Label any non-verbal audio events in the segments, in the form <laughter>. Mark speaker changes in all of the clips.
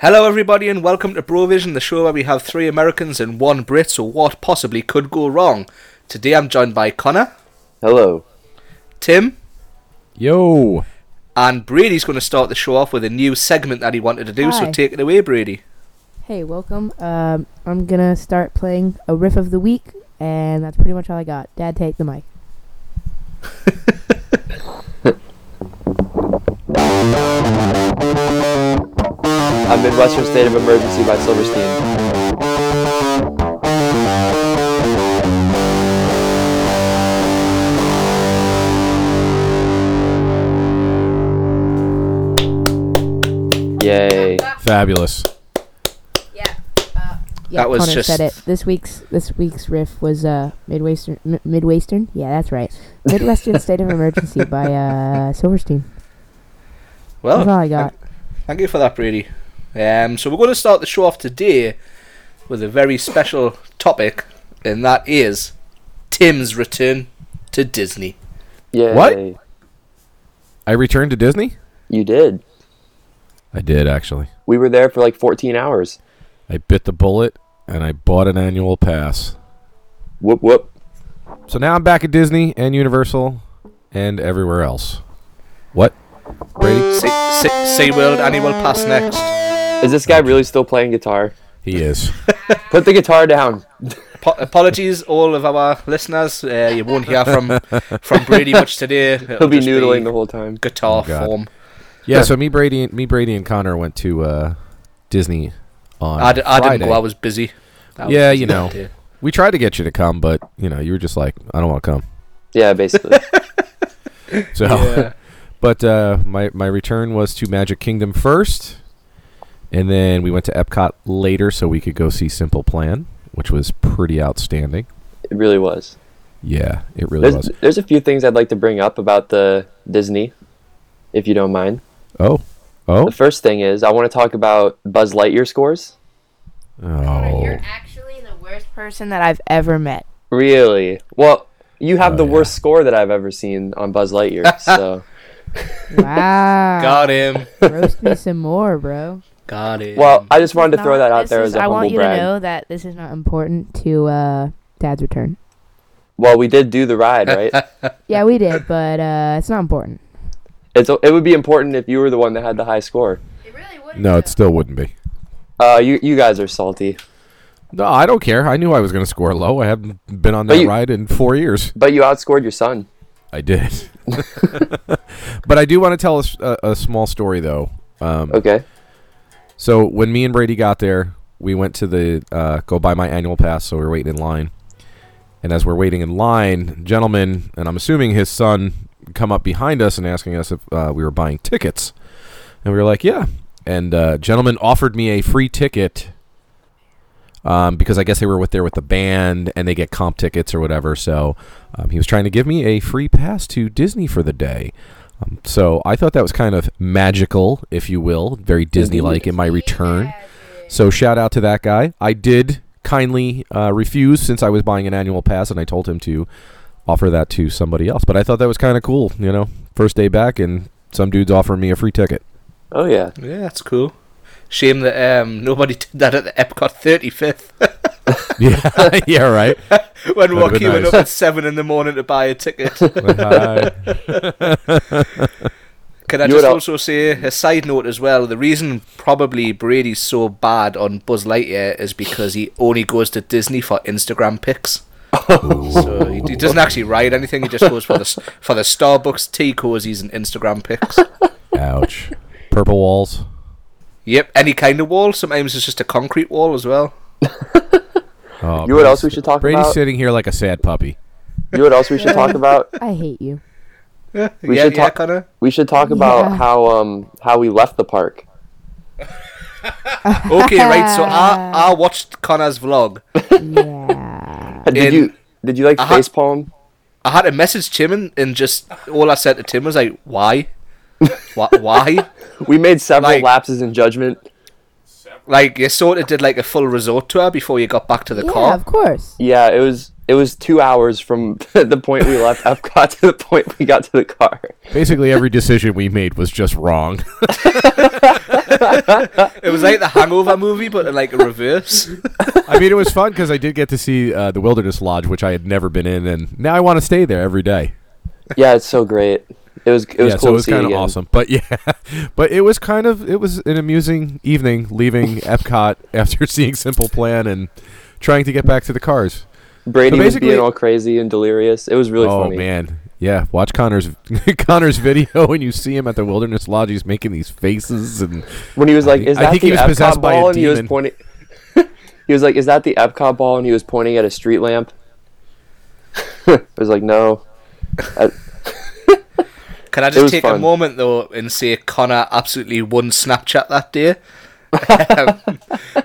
Speaker 1: Hello, everybody, and welcome to Brovision, the show where we have three Americans and one Brit, so what possibly could go wrong? Today I'm joined by Connor,
Speaker 2: Hello.
Speaker 1: Tim,
Speaker 3: Yo.
Speaker 1: and Brady's going to start the show off with a new segment that he wanted to do, so
Speaker 4: Hi.
Speaker 1: take it away, Brady.
Speaker 4: Hey, welcome. Um, I'm gonna start playing a riff of the week, and that's pretty much all I got. Dad, take the mic.
Speaker 2: I'm Midwestern State of Emergency by Silverstein. Yay.
Speaker 3: Fabulous.
Speaker 4: Yeah,
Speaker 1: That was
Speaker 4: Connor said it.
Speaker 1: just-
Speaker 4: This week's this week's riff was uh midwestern M- midwestern. Yeah, that's
Speaker 2: <laughs>
Speaker 4: right. Midwestern State of Emergency by uh Silverstein.
Speaker 2: Oh.
Speaker 1: Well,
Speaker 4: that's all I
Speaker 1: <laughs> Oh.
Speaker 4: got.
Speaker 1: Thank you for that, Brady. Um, so we're going to start the show off today with a very special topic, and that is Tim's return to Disney.
Speaker 2: Yay.
Speaker 3: What? I returned to Disney?
Speaker 2: You did.
Speaker 3: I did, actually.
Speaker 2: We were there for like 14 hours.
Speaker 3: I bit the bullet and I bought an annual pass.
Speaker 2: Whoop whoop.
Speaker 3: So now I'm back at Disney and Universal and everywhere else. What? Brady?
Speaker 1: Se- Se- SeaWorld Annual Pass next.
Speaker 2: Is this guy really still playing guitar?
Speaker 3: He
Speaker 1: <laughs>
Speaker 3: is.
Speaker 2: Put the guitar down.
Speaker 1: Po- apologies, all of our listeners. Uh, you won't hear from from Brady much today. It'll
Speaker 2: <laughs> He'll be
Speaker 1: just
Speaker 2: noodling the whole time.
Speaker 1: guitar
Speaker 3: Oh, God.
Speaker 1: form.
Speaker 3: yeah, so me Brady and me Brady and Connor went to uh, Disney on
Speaker 1: I, d- I
Speaker 3: Friday.
Speaker 1: didn't go. I was busy. I was
Speaker 3: Yeah,
Speaker 1: busy
Speaker 3: you know.
Speaker 1: that day.
Speaker 3: <laughs> we tried to get you to come, but you know, you were just like, I don't want to come.
Speaker 2: Yeah, basically.
Speaker 3: So
Speaker 1: Yeah.
Speaker 3: But uh, my my return was to Magic Kingdom first, and then we went to Epcot later, so we could go see Simple Plan, which was pretty outstanding.
Speaker 2: it really was.
Speaker 3: Yeah, it really
Speaker 2: There's,
Speaker 3: was.
Speaker 2: there's a few things I'd like to bring up about the Disney, if you don't mind.
Speaker 3: Oh, oh,
Speaker 2: The first thing is I want to talk about Buzz Lightyear scores.
Speaker 3: oh.
Speaker 4: actually the worst person that I've ever met.
Speaker 2: Really? Well, you have
Speaker 3: Oh,
Speaker 2: the
Speaker 3: yeah.
Speaker 2: worst score that I've ever seen on Buzz
Speaker 3: <laughs>
Speaker 2: Lightyear. so,
Speaker 4: Wow.
Speaker 1: Got him.
Speaker 4: <laughs> Roast me some more, bro.
Speaker 1: Got him.
Speaker 2: well, I just wanted to throw
Speaker 4: Not-
Speaker 2: that out
Speaker 4: this
Speaker 2: there
Speaker 4: is-
Speaker 2: as a
Speaker 4: I want
Speaker 2: humble
Speaker 4: you to
Speaker 2: brag.
Speaker 4: know that this is not important to uh Dad's return.
Speaker 2: Well, we did do the ride,
Speaker 3: <laughs>
Speaker 2: right?
Speaker 4: Yeah, we did, but uh it's not important.
Speaker 2: it's it would be important if you were the one that had the high score.
Speaker 4: It really would.
Speaker 3: No, it still wouldn't be.
Speaker 2: Uh, you you guys are salty,
Speaker 3: No, I don't care. I knew I was going to score low. I haven't been on
Speaker 2: But
Speaker 3: that
Speaker 2: you-
Speaker 3: ride in four years.
Speaker 2: but you outscored your son.
Speaker 3: I
Speaker 2: <laughs>
Speaker 3: did. <laughs> but I do want to tell a s- a, a small story though. Um,
Speaker 2: Okay.
Speaker 3: So when me and Brady got there, we went to the uh, go buy my annual pass. So we were waiting in line, and as we're waiting in line, gentleman and I'm assuming his son come up behind us and asking us if uh, we were buying tickets, and we were like, yeah. And uh, gentleman offered me a free ticket um, because I guess they were with there with the band and they get comp tickets or whatever. So um, he was trying to give me a free pass to Disney for the day. Um, so I thought that was kind of magical, if you will, very Disney-like in my return. So shout out to that guy. I did kindly uh, refuse since I was buying an annual pass, and I told him to offer that to somebody else. But I thought that was kind of cool, you know, first day back, and some dude's offering me a free ticket. <laughs>
Speaker 2: Oh yeah.
Speaker 1: yeah, that's cool. Shame that um, nobody did that at the Epcot 35th
Speaker 3: yeah, <laughs> yeah, right.
Speaker 1: when
Speaker 3: Would've
Speaker 1: Rocky
Speaker 3: been
Speaker 1: went
Speaker 3: nice.
Speaker 1: up at seven in the morning to buy a ticket.
Speaker 3: Hi.
Speaker 1: Can I
Speaker 2: You
Speaker 1: just
Speaker 2: would al-
Speaker 1: also say a side note as well? The reason probably Brady's so bad on Buzz Lightyear is because he only goes to Disney for Instagram pics.
Speaker 2: Oh.
Speaker 1: so he, he doesn't actually ride anything. He just goes for the <laughs> s- for the Starbucks tea cozies and Instagram pics.
Speaker 3: Ouch. Purple walls.
Speaker 1: yep, any kind of wall. Sometimes it's just a concrete wall as well.
Speaker 3: Oh,
Speaker 2: You know what
Speaker 3: Brady's-
Speaker 2: else we should talk
Speaker 3: Brady's
Speaker 2: about?
Speaker 3: sitting here like a sad puppy.
Speaker 2: You know what else we
Speaker 4: <laughs>
Speaker 2: should talk about?
Speaker 4: I hate
Speaker 3: <laughs>
Speaker 4: you.
Speaker 1: Yeah,
Speaker 2: We
Speaker 1: yeah,
Speaker 2: should
Speaker 1: yeah,
Speaker 2: talk-
Speaker 1: Connor.
Speaker 2: We should talk about
Speaker 4: Yeah.
Speaker 2: how um how we left the park.
Speaker 1: Okay, right. So I I watched Connor's vlog.
Speaker 4: Yeah.
Speaker 2: Did
Speaker 1: In-
Speaker 2: you did you like
Speaker 1: Uh-huh.
Speaker 2: facepalm?
Speaker 1: I had to message Tim and, and just all I said to Tim was like, "Why, why, why?"
Speaker 2: We made several
Speaker 1: Like-
Speaker 2: lapses in judgment.
Speaker 1: Like you sort of did like a full resort tour before you got back to the
Speaker 4: yeah,
Speaker 1: car.
Speaker 4: of course.
Speaker 2: Yeah, it was It was two hours from <laughs> the point we left Epcot to the point we got to the car.
Speaker 3: Basically, every decision we made was just wrong. <laughs>
Speaker 1: It was like the Hangover movie, but in like a
Speaker 2: <laughs>
Speaker 1: reverse.
Speaker 3: I mean, it was fun because I did get to see uh, the Wilderness Lodge, which I had never been in, and now I want to stay there every day.
Speaker 2: Yeah, it's so great. It was it was cool
Speaker 3: yeah, so it was
Speaker 2: to see
Speaker 3: kind of
Speaker 2: again.
Speaker 3: awesome. But <laughs> yeah, but it was kind of it was an amusing evening
Speaker 2: <laughs>
Speaker 3: leaving Epcot after <laughs> seeing Simple Plan and trying to get back to the cars.
Speaker 2: Brady
Speaker 3: So
Speaker 2: was
Speaker 3: basically-
Speaker 2: being all crazy and delirious. It was really
Speaker 3: oh
Speaker 2: funny.
Speaker 3: man, yeah. Watch Connor's <laughs> Connor's video when you see him at the Wilderness Lodge. He's making these faces and
Speaker 2: When he was like,
Speaker 3: think-
Speaker 2: "Is
Speaker 3: I
Speaker 2: that
Speaker 3: think
Speaker 2: the
Speaker 3: he was possessed
Speaker 2: Epcot
Speaker 3: by a
Speaker 2: ball?" and he was
Speaker 3: demon.
Speaker 2: pointing. <laughs> he was like, "Is that the Epcot ball?" and he was pointing at a street lamp. <laughs> I was like, "No." Uh, I-
Speaker 1: Can I
Speaker 2: It
Speaker 1: just
Speaker 2: was
Speaker 1: take a
Speaker 2: fun.
Speaker 1: moment though and say Connor absolutely won Snapchat that
Speaker 2: <laughs>
Speaker 1: day? Um,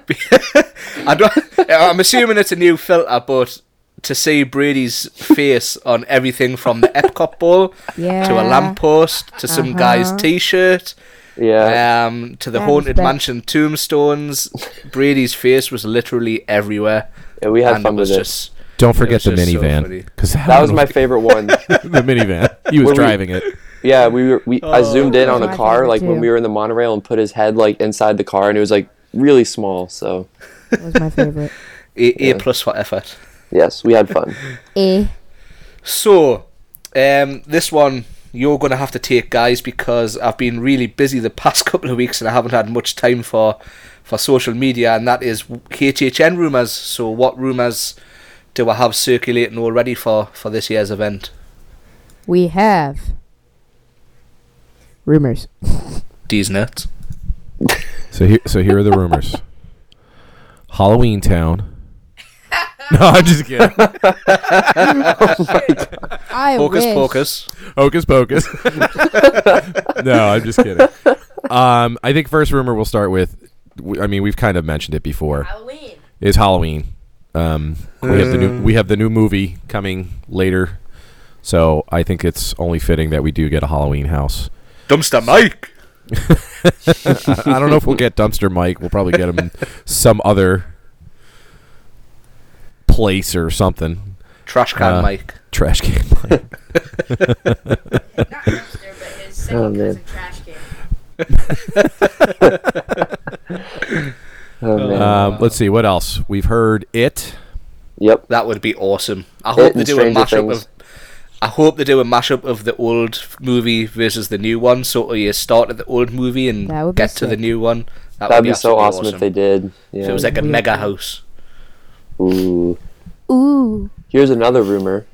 Speaker 1: <laughs> be- I don't, I'm assuming it's a new filter, but to see Brady's face on everything from the Epcot ball
Speaker 4: Yeah.
Speaker 1: to a lamppost to some guy's
Speaker 4: Uh-huh.
Speaker 1: T-shirt
Speaker 2: yeah,
Speaker 1: um, to the
Speaker 4: That is
Speaker 1: haunted
Speaker 4: bad.
Speaker 1: mansion tombstones, Brady's face was literally everywhere,
Speaker 2: yeah, we had
Speaker 1: and it
Speaker 2: fun with
Speaker 1: was
Speaker 2: it.
Speaker 1: just
Speaker 3: don't forget the
Speaker 1: was just so funny.
Speaker 3: minivan because
Speaker 2: that was
Speaker 3: <laughs>
Speaker 2: my favorite one.
Speaker 3: the
Speaker 2: <laughs>
Speaker 3: minivan. He was
Speaker 2: Were we-
Speaker 3: driving it.
Speaker 2: Yeah, we were. We I zoomed in
Speaker 4: Oh,
Speaker 2: on the
Speaker 4: my
Speaker 2: car
Speaker 4: favorite
Speaker 2: like when
Speaker 4: too.
Speaker 2: we were in the monorail and put his head like inside the car and it was like really small. So
Speaker 4: That was my favorite.
Speaker 3: <laughs>
Speaker 1: a,
Speaker 2: Yeah.
Speaker 1: a plus for effort.
Speaker 2: yes, we had
Speaker 1: <laughs>
Speaker 2: fun.
Speaker 4: eh.
Speaker 1: So, um, this one you're going to have to take, guys, because I've been really busy the <laughs> past couple of weeks and I haven't had much time for for social media, and that is HHN rumours. So, what rumours do I have circulating already for for this year's event?
Speaker 4: We have rumors.
Speaker 1: These nuts.
Speaker 3: So here, so here are the
Speaker 2: <laughs>
Speaker 3: rumors. Halloween Town. <laughs> No, I'm just kidding.
Speaker 4: I
Speaker 1: Hocus
Speaker 4: wish.
Speaker 1: pocus.
Speaker 3: Hocus pocus. no, I'm just kidding. Um, I think first rumor we'll start with. w- I mean, we've kind of mentioned it before.
Speaker 4: Halloween.
Speaker 3: Is Halloween. Um, we have the new we have the new movie coming later, so I think it's only fitting that we do get a Halloween house.
Speaker 1: Dumpster Mike.
Speaker 3: I, I don't know if we'll get Dumpster Mike. We'll probably get him in some other place or something.
Speaker 1: Trash can
Speaker 3: Uh,
Speaker 1: Mike.
Speaker 3: Trash can. Mike.
Speaker 5: Not dumpster, but his second
Speaker 2: Oh, man.
Speaker 5: cousin trash can.
Speaker 2: Oh, man.
Speaker 1: Uh,
Speaker 3: Um, let's see what else we've heard. It.
Speaker 2: yep.
Speaker 1: That would be awesome. I hope
Speaker 2: and
Speaker 1: they do a
Speaker 2: Stranger
Speaker 1: mashup
Speaker 2: Things.
Speaker 1: of. I hope they do a mashup of the old movie versus the new one. So you start at the old movie and
Speaker 4: That would be
Speaker 1: get to the
Speaker 4: sick.
Speaker 1: new one. That
Speaker 2: That'd
Speaker 1: would
Speaker 2: be, so
Speaker 1: absolutely
Speaker 2: awesome, if they did. Yeah.
Speaker 1: If it was like a
Speaker 4: Weird.
Speaker 1: mega house.
Speaker 2: Ooh.
Speaker 4: Ooh.
Speaker 2: Here's another rumor: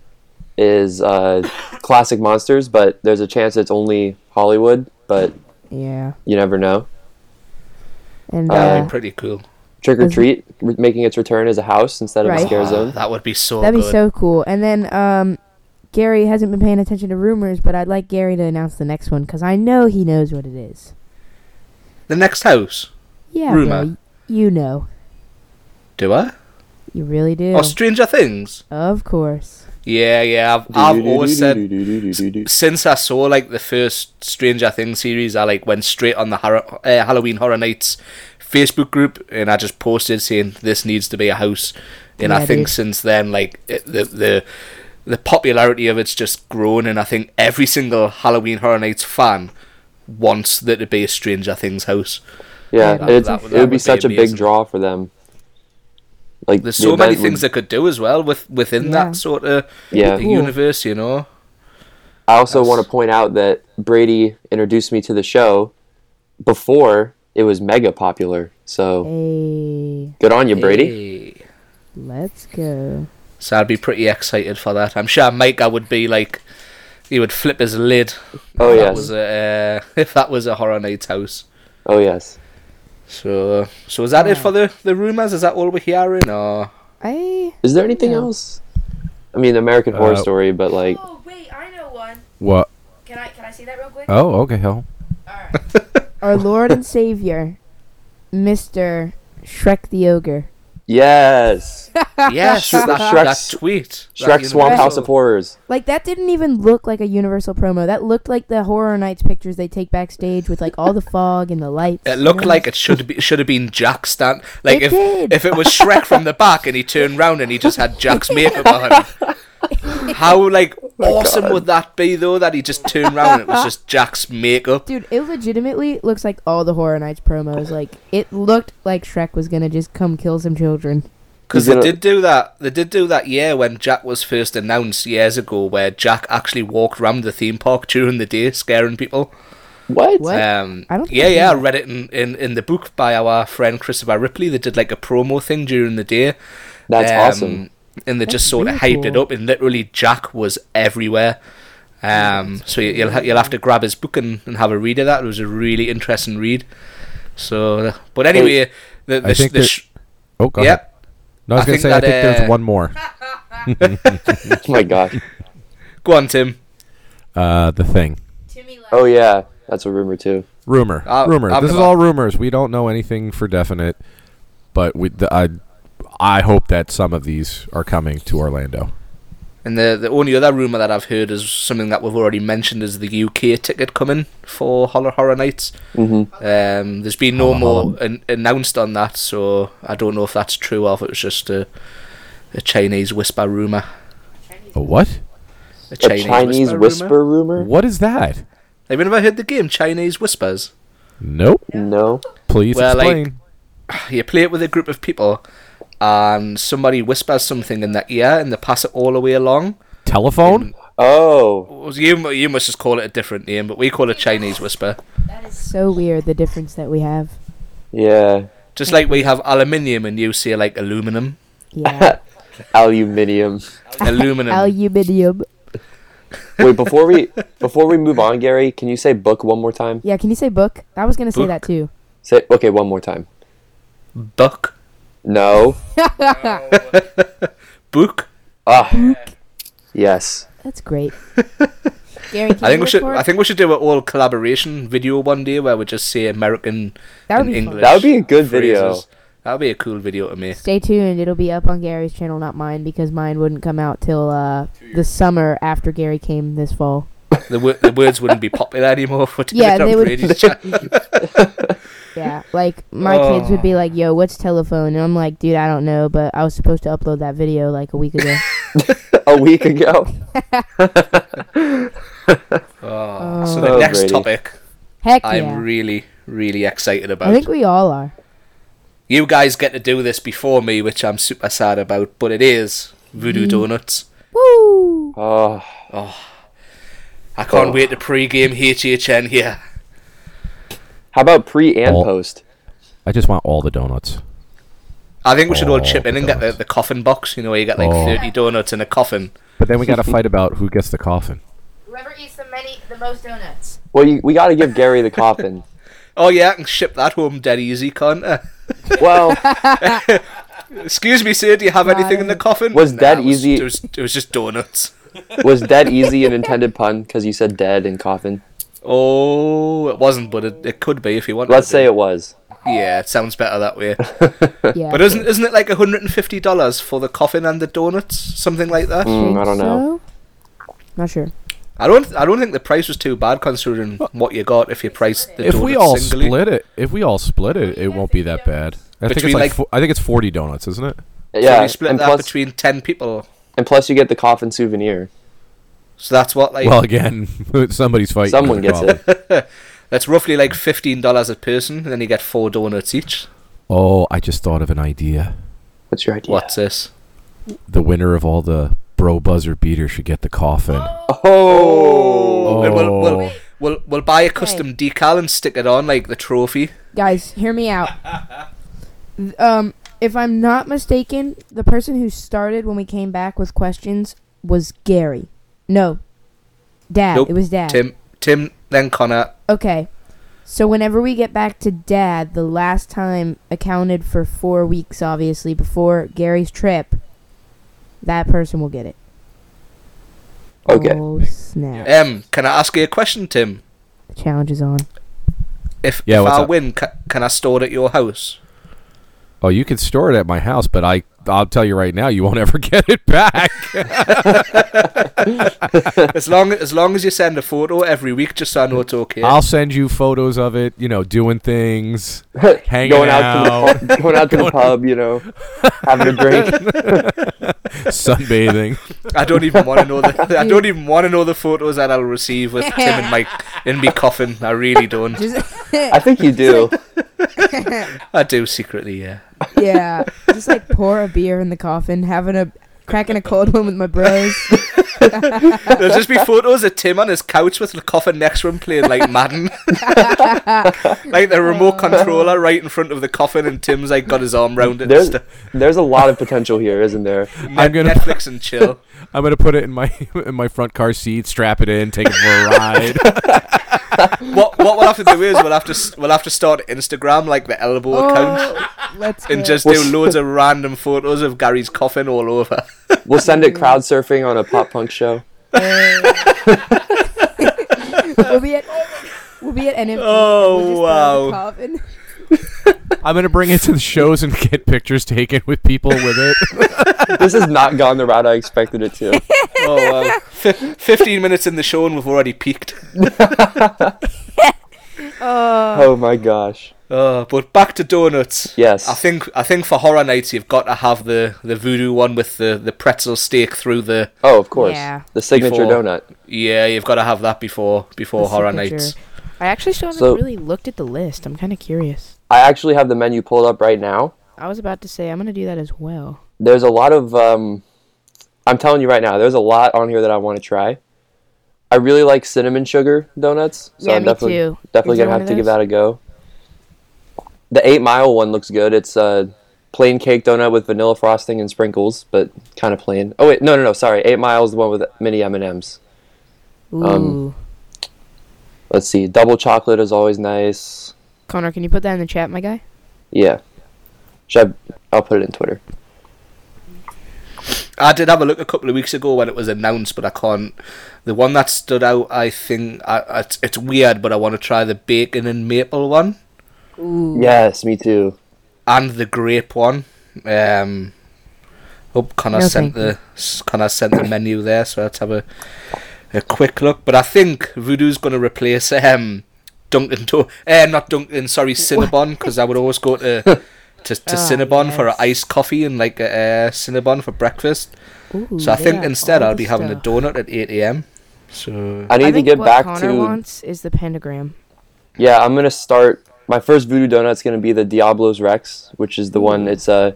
Speaker 2: is uh, classic monsters, but there's a chance it's only Hollywood, but
Speaker 4: Yeah.
Speaker 2: you never know.
Speaker 4: And
Speaker 2: Uh,
Speaker 4: uh,
Speaker 1: That'd be pretty cool.
Speaker 2: Trick or
Speaker 4: Is it-
Speaker 2: treat re- making its return as a house instead of a
Speaker 4: Right.
Speaker 1: Uh,
Speaker 2: scare zone.
Speaker 1: Ah, That would be so
Speaker 4: that'd be
Speaker 1: good.
Speaker 4: so cool. And then um, Gary hasn't been paying attention to rumors, but I'd like Gary to announce the next one because I know he knows what it is.
Speaker 1: the next house.
Speaker 4: Yeah, bro.
Speaker 1: Rumor.
Speaker 4: y- You know.
Speaker 1: Do I?
Speaker 4: You really do.
Speaker 1: Or Stranger Things.
Speaker 4: of course.
Speaker 1: Yeah, yeah. I've, I've always said since I saw like the first Stranger Things series, I like went straight on the Har- uh, Halloween Horror Nights Facebook group and I just posted saying this needs to be a house. And I
Speaker 4: Yeah,
Speaker 1: think
Speaker 4: dude.
Speaker 1: since then, like it, the the the popularity of it's just grown, and I think every single Halloween Horror Nights fan wants there to be a Stranger Things house.
Speaker 2: Yeah,
Speaker 4: Yeah,
Speaker 2: and
Speaker 4: that-
Speaker 2: it's,
Speaker 1: that would-
Speaker 2: it would
Speaker 1: that
Speaker 2: be
Speaker 1: would
Speaker 2: such
Speaker 1: be
Speaker 2: a big
Speaker 1: amazing.
Speaker 2: draw for them. Like
Speaker 1: There's
Speaker 2: the
Speaker 1: so many
Speaker 2: event would-
Speaker 1: things they could do as well with within
Speaker 4: Yeah.
Speaker 1: that sort of
Speaker 2: Yeah.
Speaker 4: Cool.
Speaker 1: universe, you know.
Speaker 2: I also want to point out that Brady introduced me to the show before it was mega popular. So
Speaker 4: Hey,
Speaker 2: good on you, Brady.
Speaker 1: Hey.
Speaker 4: let's go.
Speaker 1: So I'd be pretty excited for that. I'm sure Micah would be like, he would flip his lid.
Speaker 2: Oh
Speaker 1: if
Speaker 2: yes,
Speaker 1: that was a, uh, <laughs> if that was a horror night's house.
Speaker 2: oh yes.
Speaker 1: So, so is that it
Speaker 4: Yeah.
Speaker 1: for the the rumors? Is that all we're hearing?
Speaker 5: <laughs>
Speaker 1: Or
Speaker 4: I
Speaker 2: Is there anything
Speaker 4: Yeah.
Speaker 2: else? I mean, American Horror
Speaker 3: Uh,
Speaker 2: Story, but like,
Speaker 5: Oh wait, I know one.
Speaker 3: What?
Speaker 5: Can I can I see that real
Speaker 1: Uh.
Speaker 5: quick?
Speaker 3: Oh, okay, hell.
Speaker 5: Alright. <laughs>
Speaker 4: our Lord and Savior, Mister Shrek the Ogre.
Speaker 1: <laughs>
Speaker 2: Yes.
Speaker 1: Yes,
Speaker 2: Shrek-
Speaker 1: that,
Speaker 2: Shrek's-
Speaker 1: that tweet. that
Speaker 2: Shrek Swamp House of
Speaker 1: Universal-
Speaker 2: Horrors.
Speaker 5: Like that didn't even look like a Universal promo. That looked like the Horror Nights pictures they take backstage with like <laughs> all the fog and the lights.
Speaker 1: It
Speaker 5: you
Speaker 1: looked
Speaker 5: know?
Speaker 1: like it should be should have been Jack Stan. Like
Speaker 5: It
Speaker 1: if
Speaker 5: did.
Speaker 1: if it was Shrek from the back and he turned round and he just had Jack's makeup on.
Speaker 5: <laughs>
Speaker 1: him. How like
Speaker 2: Oh
Speaker 1: awesome would that be though? That he just turned round and it was just Jack's makeup.
Speaker 5: Dude, it legitimately looks like all the Horror Nights promos. Like it looked like Shrek was gonna just come kill some children.
Speaker 1: Because
Speaker 2: Is
Speaker 1: they
Speaker 2: it a-
Speaker 1: did do that. They did do that year when Jack was first announced years ago, where Jack actually walked round the theme park <laughs> during the day, scaring people.
Speaker 2: What?
Speaker 5: What?
Speaker 1: Um,
Speaker 5: I don't
Speaker 1: yeah,
Speaker 5: think I
Speaker 1: yeah, I
Speaker 5: knew
Speaker 1: read it in, in, in the book by our friend Christopher Ripley. They did like a promo thing during the day.
Speaker 2: That's
Speaker 1: Um, <laughs>
Speaker 2: awesome.
Speaker 1: And they
Speaker 5: That's
Speaker 1: just sort of
Speaker 5: really
Speaker 1: hyped it
Speaker 5: cool.
Speaker 1: up, and literally Jack was everywhere. Um, so you- you'll ha- you'll have to grab his book and, and have a read of that. It was a really interesting read. So, but anyway, the, the,
Speaker 3: I
Speaker 1: sh-
Speaker 3: think
Speaker 1: the
Speaker 3: that-
Speaker 1: sh-
Speaker 3: Oh, go ahead.
Speaker 1: yep.
Speaker 3: No, I was
Speaker 1: I
Speaker 3: gonna
Speaker 1: think
Speaker 3: say I
Speaker 1: that,
Speaker 3: think
Speaker 1: uh,
Speaker 3: there's one more.
Speaker 2: Oh my god.
Speaker 1: Go on, Tim.
Speaker 3: Uh, the thing.
Speaker 6: Timmy left.
Speaker 2: Oh yeah, that's a rumor too.
Speaker 3: Rumor.
Speaker 1: Uh,
Speaker 3: rumor.
Speaker 1: I'm
Speaker 3: this is
Speaker 1: gonna-
Speaker 3: all rumors. We don't know anything for definite, but we. The, I, I hope that some of these are coming to Orlando.
Speaker 1: And the the only other rumor that I've heard is something that we've already mentioned is the UK ticket coming for Horror Horror Nights.
Speaker 2: hmm
Speaker 1: Um, there's been no more an- announced on that, so I don't know if that's true or if it was just a a Chinese whisper rumor.
Speaker 3: A what?
Speaker 1: A
Speaker 2: A Chinese
Speaker 1: rumor.
Speaker 2: whisper rumor?
Speaker 3: What is that?
Speaker 1: Have you ever heard the game Chinese Whispers?
Speaker 3: Nope.
Speaker 2: No.
Speaker 3: Please
Speaker 1: Well, like-
Speaker 3: explain.
Speaker 1: You play it with a group of people, and somebody whispers something in their ear, and they pass it all the way along.
Speaker 3: Telephone.
Speaker 2: Oh,
Speaker 1: Well, You you must just call it a different name, but we call it Chinese Whisper.
Speaker 6: That is
Speaker 5: So weird the difference that we
Speaker 1: <laughs>
Speaker 5: have.
Speaker 2: yeah.
Speaker 1: Just like we have aluminium and you say like aluminum,
Speaker 5: Yeah.
Speaker 1: <laughs>
Speaker 2: Aluminium.
Speaker 1: aluminum.
Speaker 5: Aluminium.
Speaker 2: Wait, before we before we move on, Gary, can you say book one more time?
Speaker 5: Yeah, can you say book? I was gonna say that too.
Speaker 2: Say okay, one more time.
Speaker 1: Buck,
Speaker 2: No.
Speaker 1: book.
Speaker 5: Hmm?
Speaker 2: Ah. Yes. <laughs>
Speaker 5: That's
Speaker 1: <laughs>
Speaker 5: great. Gary, can
Speaker 1: I think
Speaker 5: you
Speaker 1: we should.
Speaker 5: record?
Speaker 1: I think we should do an all collaboration video one day where we just say American
Speaker 5: that would
Speaker 1: and
Speaker 5: be
Speaker 1: English.
Speaker 2: That would be a good video.
Speaker 1: phrases. That would be a cool video to make.
Speaker 5: Fun. Stay tuned. It'll be up on Gary's channel, not mine, because mine wouldn't come out till uh, the summer after Gary came this fall.
Speaker 1: The, wo- the words wouldn't be popular anymore for
Speaker 5: Yeah,
Speaker 1: Telegram
Speaker 5: they would- <laughs>
Speaker 1: Brady's channel.
Speaker 5: Yeah, like my kids
Speaker 1: Oh.
Speaker 5: would be like, "Yo, what's telephone?" And I'm like, "Dude, I don't know, but I was supposed to upload that video like a week
Speaker 1: <laughs>
Speaker 5: ago."
Speaker 2: A week ago.
Speaker 1: Oh, so the
Speaker 2: Oh,
Speaker 1: next
Speaker 2: Brady.
Speaker 1: topic
Speaker 5: Heck
Speaker 1: I'm
Speaker 5: yeah!
Speaker 1: really, really excited about.
Speaker 5: I think we all are.
Speaker 1: you guys get to do this before me, which I'm super sad about, but it is Voodoo
Speaker 5: Mm.
Speaker 1: Donuts.
Speaker 5: Woo!
Speaker 2: Oh,
Speaker 1: I can't
Speaker 2: Oh.
Speaker 1: wait to pregame HHN here.
Speaker 2: how about pre and
Speaker 3: All-
Speaker 2: post?
Speaker 3: I just want all the donuts.
Speaker 1: I think we should all
Speaker 3: Oh,
Speaker 1: chip in and get the,
Speaker 3: donuts.
Speaker 1: the coffin box, you know, where you get like
Speaker 3: Oh.
Speaker 1: 30 donuts in a coffin.
Speaker 3: But then
Speaker 1: <laughs>
Speaker 3: we got to fight about who gets the coffin.
Speaker 6: Whoever eats the many, the most donuts.
Speaker 2: Well, you, we got to give Gary the
Speaker 5: <laughs>
Speaker 2: coffin.
Speaker 1: Oh, yeah, I can ship that home dead easy, can't I? <laughs>
Speaker 2: Well,
Speaker 1: Excuse me, sir, do you have anything in the coffin?
Speaker 2: Was
Speaker 1: Nah,
Speaker 2: dead
Speaker 1: it was-
Speaker 2: easy-
Speaker 1: It was, it was just donuts.
Speaker 2: was dead easy an intended pun? Because you said dead and coffin.
Speaker 1: Oh, it wasn't, but it, it could be if you want.
Speaker 2: Let's say it was. <laughs> Hmm,
Speaker 1: Yeah, it sounds better that way.
Speaker 5: Yeah.
Speaker 1: But isn't isn't it like hundred and fifty dollars for the coffin and the donuts, something like that?
Speaker 2: Mm, I
Speaker 5: Think
Speaker 2: don't know.
Speaker 5: so? Not sure.
Speaker 1: I don't I don't think the price was too bad considering what you got if you priced the
Speaker 3: if
Speaker 1: donuts
Speaker 3: we all
Speaker 1: singly.
Speaker 3: split it, if we all split it, it won't be that bad. I think
Speaker 1: Between,
Speaker 3: it's like,
Speaker 1: like-
Speaker 3: fo- I think it's forty donuts, isn't it?
Speaker 1: So
Speaker 2: Yeah,
Speaker 1: you split
Speaker 2: and
Speaker 1: that
Speaker 2: plus,
Speaker 1: between ten people.
Speaker 2: and plus you get the coffin souvenir.
Speaker 1: So that's what like
Speaker 3: Well, again, <laughs> somebody's fighting.
Speaker 2: Someone
Speaker 3: for the
Speaker 2: gets
Speaker 3: coffin.
Speaker 2: it.
Speaker 1: that's roughly like fifteen dollars a person, and then you get four donuts each.
Speaker 3: Oh, I just thought of an idea.
Speaker 2: What's your idea?
Speaker 1: What's this?
Speaker 3: The winner of all the bro buzzer beater should get the coffin.
Speaker 2: Oh, <laughs>
Speaker 1: We'll, we'll,
Speaker 3: Oh.
Speaker 1: we'll, we'll, we'll buy a custom decal and stick it on like the trophy.
Speaker 5: Guys, hear me out. Th- um, if I'm not mistaken, the person who started when we came back with questions was Gary. No, Dad.
Speaker 1: Nope,
Speaker 5: It was Dad.
Speaker 1: Tim, Tim, then Connor.
Speaker 5: Okay. So whenever we get back to dad, the last time accounted for four weeks, obviously, before Gary's trip, that person will get it.
Speaker 2: Okay.
Speaker 5: Oh, snap.
Speaker 1: Um, can I ask you a question, Tim?
Speaker 5: The challenge is on.
Speaker 1: If,
Speaker 3: Yeah,
Speaker 1: if
Speaker 3: what's
Speaker 1: I
Speaker 3: up?
Speaker 1: win, ca- can I store it at your house?
Speaker 3: Oh, you could store it at my house, but I I'll tell you right now, you won't <laughs> ever get it back.
Speaker 1: As long as long as you send a photo every week, just so I know it's okay.
Speaker 3: <laughs> I'll send you photos of it, you know, doing things, <laughs> hanging
Speaker 2: going
Speaker 3: out,
Speaker 2: out to the pub, going out to the pub, you know, having a
Speaker 3: <laughs>
Speaker 2: drink.
Speaker 3: sunbathing. <laughs>
Speaker 1: I don't even want to know the I don't even want to know the photos that I'll receive with Tim and Mike in me coffin. I really don't.
Speaker 4: Just,
Speaker 2: I think you do.
Speaker 5: <laughs>
Speaker 1: I do secretly, yeah.
Speaker 4: yeah, just like pour a beer in the coffin, having a cracking a cold one with my bros.
Speaker 1: <laughs> There'll just be photos of Tim on his couch with the coffin next to him playing like Madden. like the remote controller right in front of the coffin and Tim's like got his arm round it and
Speaker 2: There's
Speaker 1: stuff.
Speaker 2: there's a lot of potential here, isn't there?
Speaker 3: I'm gonna-
Speaker 1: Netflix and chill.
Speaker 3: I'm gonna put it in my <laughs> in my front car seat, strap it in, take it for a <laughs> ride.
Speaker 1: What what we'll have to do is we'll have to s- we'll have to start Instagram like the elbow account
Speaker 4: Oh, let's go.
Speaker 1: and just
Speaker 2: We'll
Speaker 1: do
Speaker 2: s-
Speaker 1: loads of random photos of Gary's coffin all over.
Speaker 2: We'll send it crowd surfing on a pop punk show.
Speaker 4: <laughs> we'll be at we'll be at NMT.
Speaker 1: Oh,
Speaker 4: we'll just throw the
Speaker 1: wow. <laughs>
Speaker 4: coffin.
Speaker 3: I'm gonna bring it to the shows and get pictures taken with people with it.
Speaker 2: This has not gone the route I expected
Speaker 4: <laughs>
Speaker 2: it to.
Speaker 1: Oh wow. Fif- 15 minutes in the show and we've already peaked.
Speaker 4: Oh,
Speaker 2: Oh my gosh.
Speaker 1: Uh, but back to donuts.
Speaker 2: Yes.
Speaker 1: I think I think for horror nights you've got to have the, the voodoo one with the, the pretzel steak through the
Speaker 2: Oh, of course.
Speaker 4: Yeah.
Speaker 2: The signature
Speaker 1: Before-
Speaker 2: donut.
Speaker 1: yeah you've got to have that before before
Speaker 4: The
Speaker 1: horror
Speaker 4: signature.
Speaker 1: nights.
Speaker 4: I actually still haven't
Speaker 2: So-
Speaker 4: really looked at the list. I'm kind of curious.
Speaker 2: I actually have the menu pulled up right now.
Speaker 4: I was about to say I'm gonna do that as well.
Speaker 2: There's a lot of um I'm telling you right now, there's a lot on here that I want to try. I really like cinnamon sugar donuts, so
Speaker 4: Yeah,
Speaker 2: I'm
Speaker 4: me
Speaker 2: definitely
Speaker 4: too.
Speaker 2: definitely
Speaker 4: Is there
Speaker 2: gonna
Speaker 4: one
Speaker 2: have
Speaker 4: of
Speaker 2: to give
Speaker 4: those?
Speaker 2: that a go. The eight mile one looks good. It's a plain cake donut with vanilla frosting and sprinkles, but kind of plain. Oh wait, no, no, no. Sorry, eight miles the one with mini M and M's.
Speaker 4: Ooh,
Speaker 2: Let's see, double chocolate is always nice.
Speaker 4: Connor, can you put that in the chat, my guy?
Speaker 2: Yeah, should I? I'll put it in Twitter.
Speaker 1: I did have a look a couple of weeks ago when it was announced, but I can't. The one that stood out, I think, I, I- it's, it's weird, but I want to try the bacon and maple one
Speaker 4: Ooh,
Speaker 2: Yes, me too.
Speaker 1: and the grape one. Um, oh, Connor
Speaker 4: No,
Speaker 1: sent
Speaker 4: thank
Speaker 1: the s- Connor sent the menu there, so let's have a a quick look. But I think Voodoo's going to replace um Dunkin' Do, eh, not Dunkin', sorry, Cinnabon, because I would always
Speaker 4: <laughs>
Speaker 1: go to to, to
Speaker 4: Ah,
Speaker 1: Cinnabon for an
Speaker 4: yes.
Speaker 1: iced coffee and like a uh, Cinnabon for breakfast.
Speaker 4: Ooh,
Speaker 1: So I
Speaker 4: they
Speaker 1: think
Speaker 4: have
Speaker 1: instead
Speaker 4: all
Speaker 1: I'll
Speaker 4: the
Speaker 1: be having a
Speaker 4: stuff.
Speaker 1: donut at 8 a.m. So
Speaker 2: I need
Speaker 4: I
Speaker 2: to
Speaker 4: think
Speaker 2: get
Speaker 4: what
Speaker 2: back
Speaker 4: Connor
Speaker 2: to.
Speaker 4: wants is the pentagram.
Speaker 2: Yeah, I'm gonna start. My first voodoo donut's gonna be the Diablo's Rex, which is the one. It's a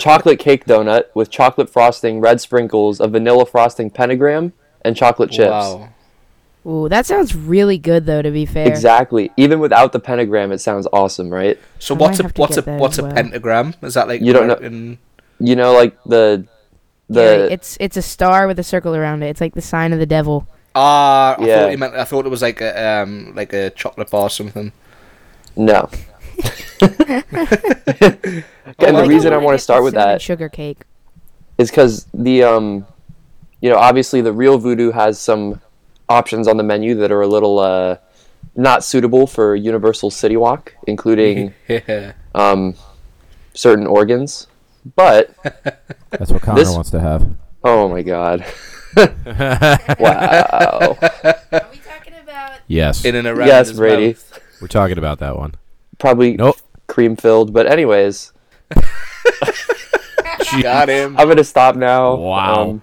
Speaker 2: chocolate cake donut with chocolate frosting, red sprinkles, a vanilla frosting pentagram, and chocolate chips.
Speaker 1: wow,
Speaker 4: Ooh, that sounds really good though. To be fair,
Speaker 2: Exactly. Even without the pentagram, it sounds awesome, right?
Speaker 1: so
Speaker 4: I
Speaker 1: what's
Speaker 4: might
Speaker 1: a
Speaker 4: have to
Speaker 1: what's a
Speaker 4: get that
Speaker 1: what's
Speaker 4: as
Speaker 1: a
Speaker 4: well.
Speaker 1: pentagram? Is that like
Speaker 2: You don't know-
Speaker 1: American-
Speaker 2: You know, like the
Speaker 4: Gary,
Speaker 2: the
Speaker 4: it's it's a star with a circle around it. It's like the sign of the devil.
Speaker 1: Ah, I
Speaker 2: Yeah.
Speaker 1: thought you meant. I thought it was like a um, like a chocolate bar or something. <laughs>
Speaker 4: <laughs>
Speaker 2: no. <laughs> and
Speaker 1: I
Speaker 2: the
Speaker 1: like
Speaker 2: reason
Speaker 1: how
Speaker 2: I want to start with that
Speaker 4: sugar cake.
Speaker 2: is because the um, you know, obviously the real voodoo has some options on the menu that are a little uh, not suitable for Universal City Walk, including
Speaker 1: Mm-hmm.
Speaker 2: um, certain organs. But
Speaker 3: <laughs> That's what Connor
Speaker 2: This-
Speaker 3: wants to have.
Speaker 2: oh
Speaker 1: <laughs>
Speaker 2: my god, wow!
Speaker 5: Are we talking about
Speaker 3: <laughs> Yes,
Speaker 1: In and around.
Speaker 2: yes,
Speaker 1: his
Speaker 2: Brady,
Speaker 1: mouth.
Speaker 3: <laughs> we're talking about that one.
Speaker 2: probably
Speaker 3: Nope.
Speaker 2: cream filled. But anyways,
Speaker 1: Got him.
Speaker 2: I'm gonna stop now.
Speaker 3: Wow.
Speaker 2: Um,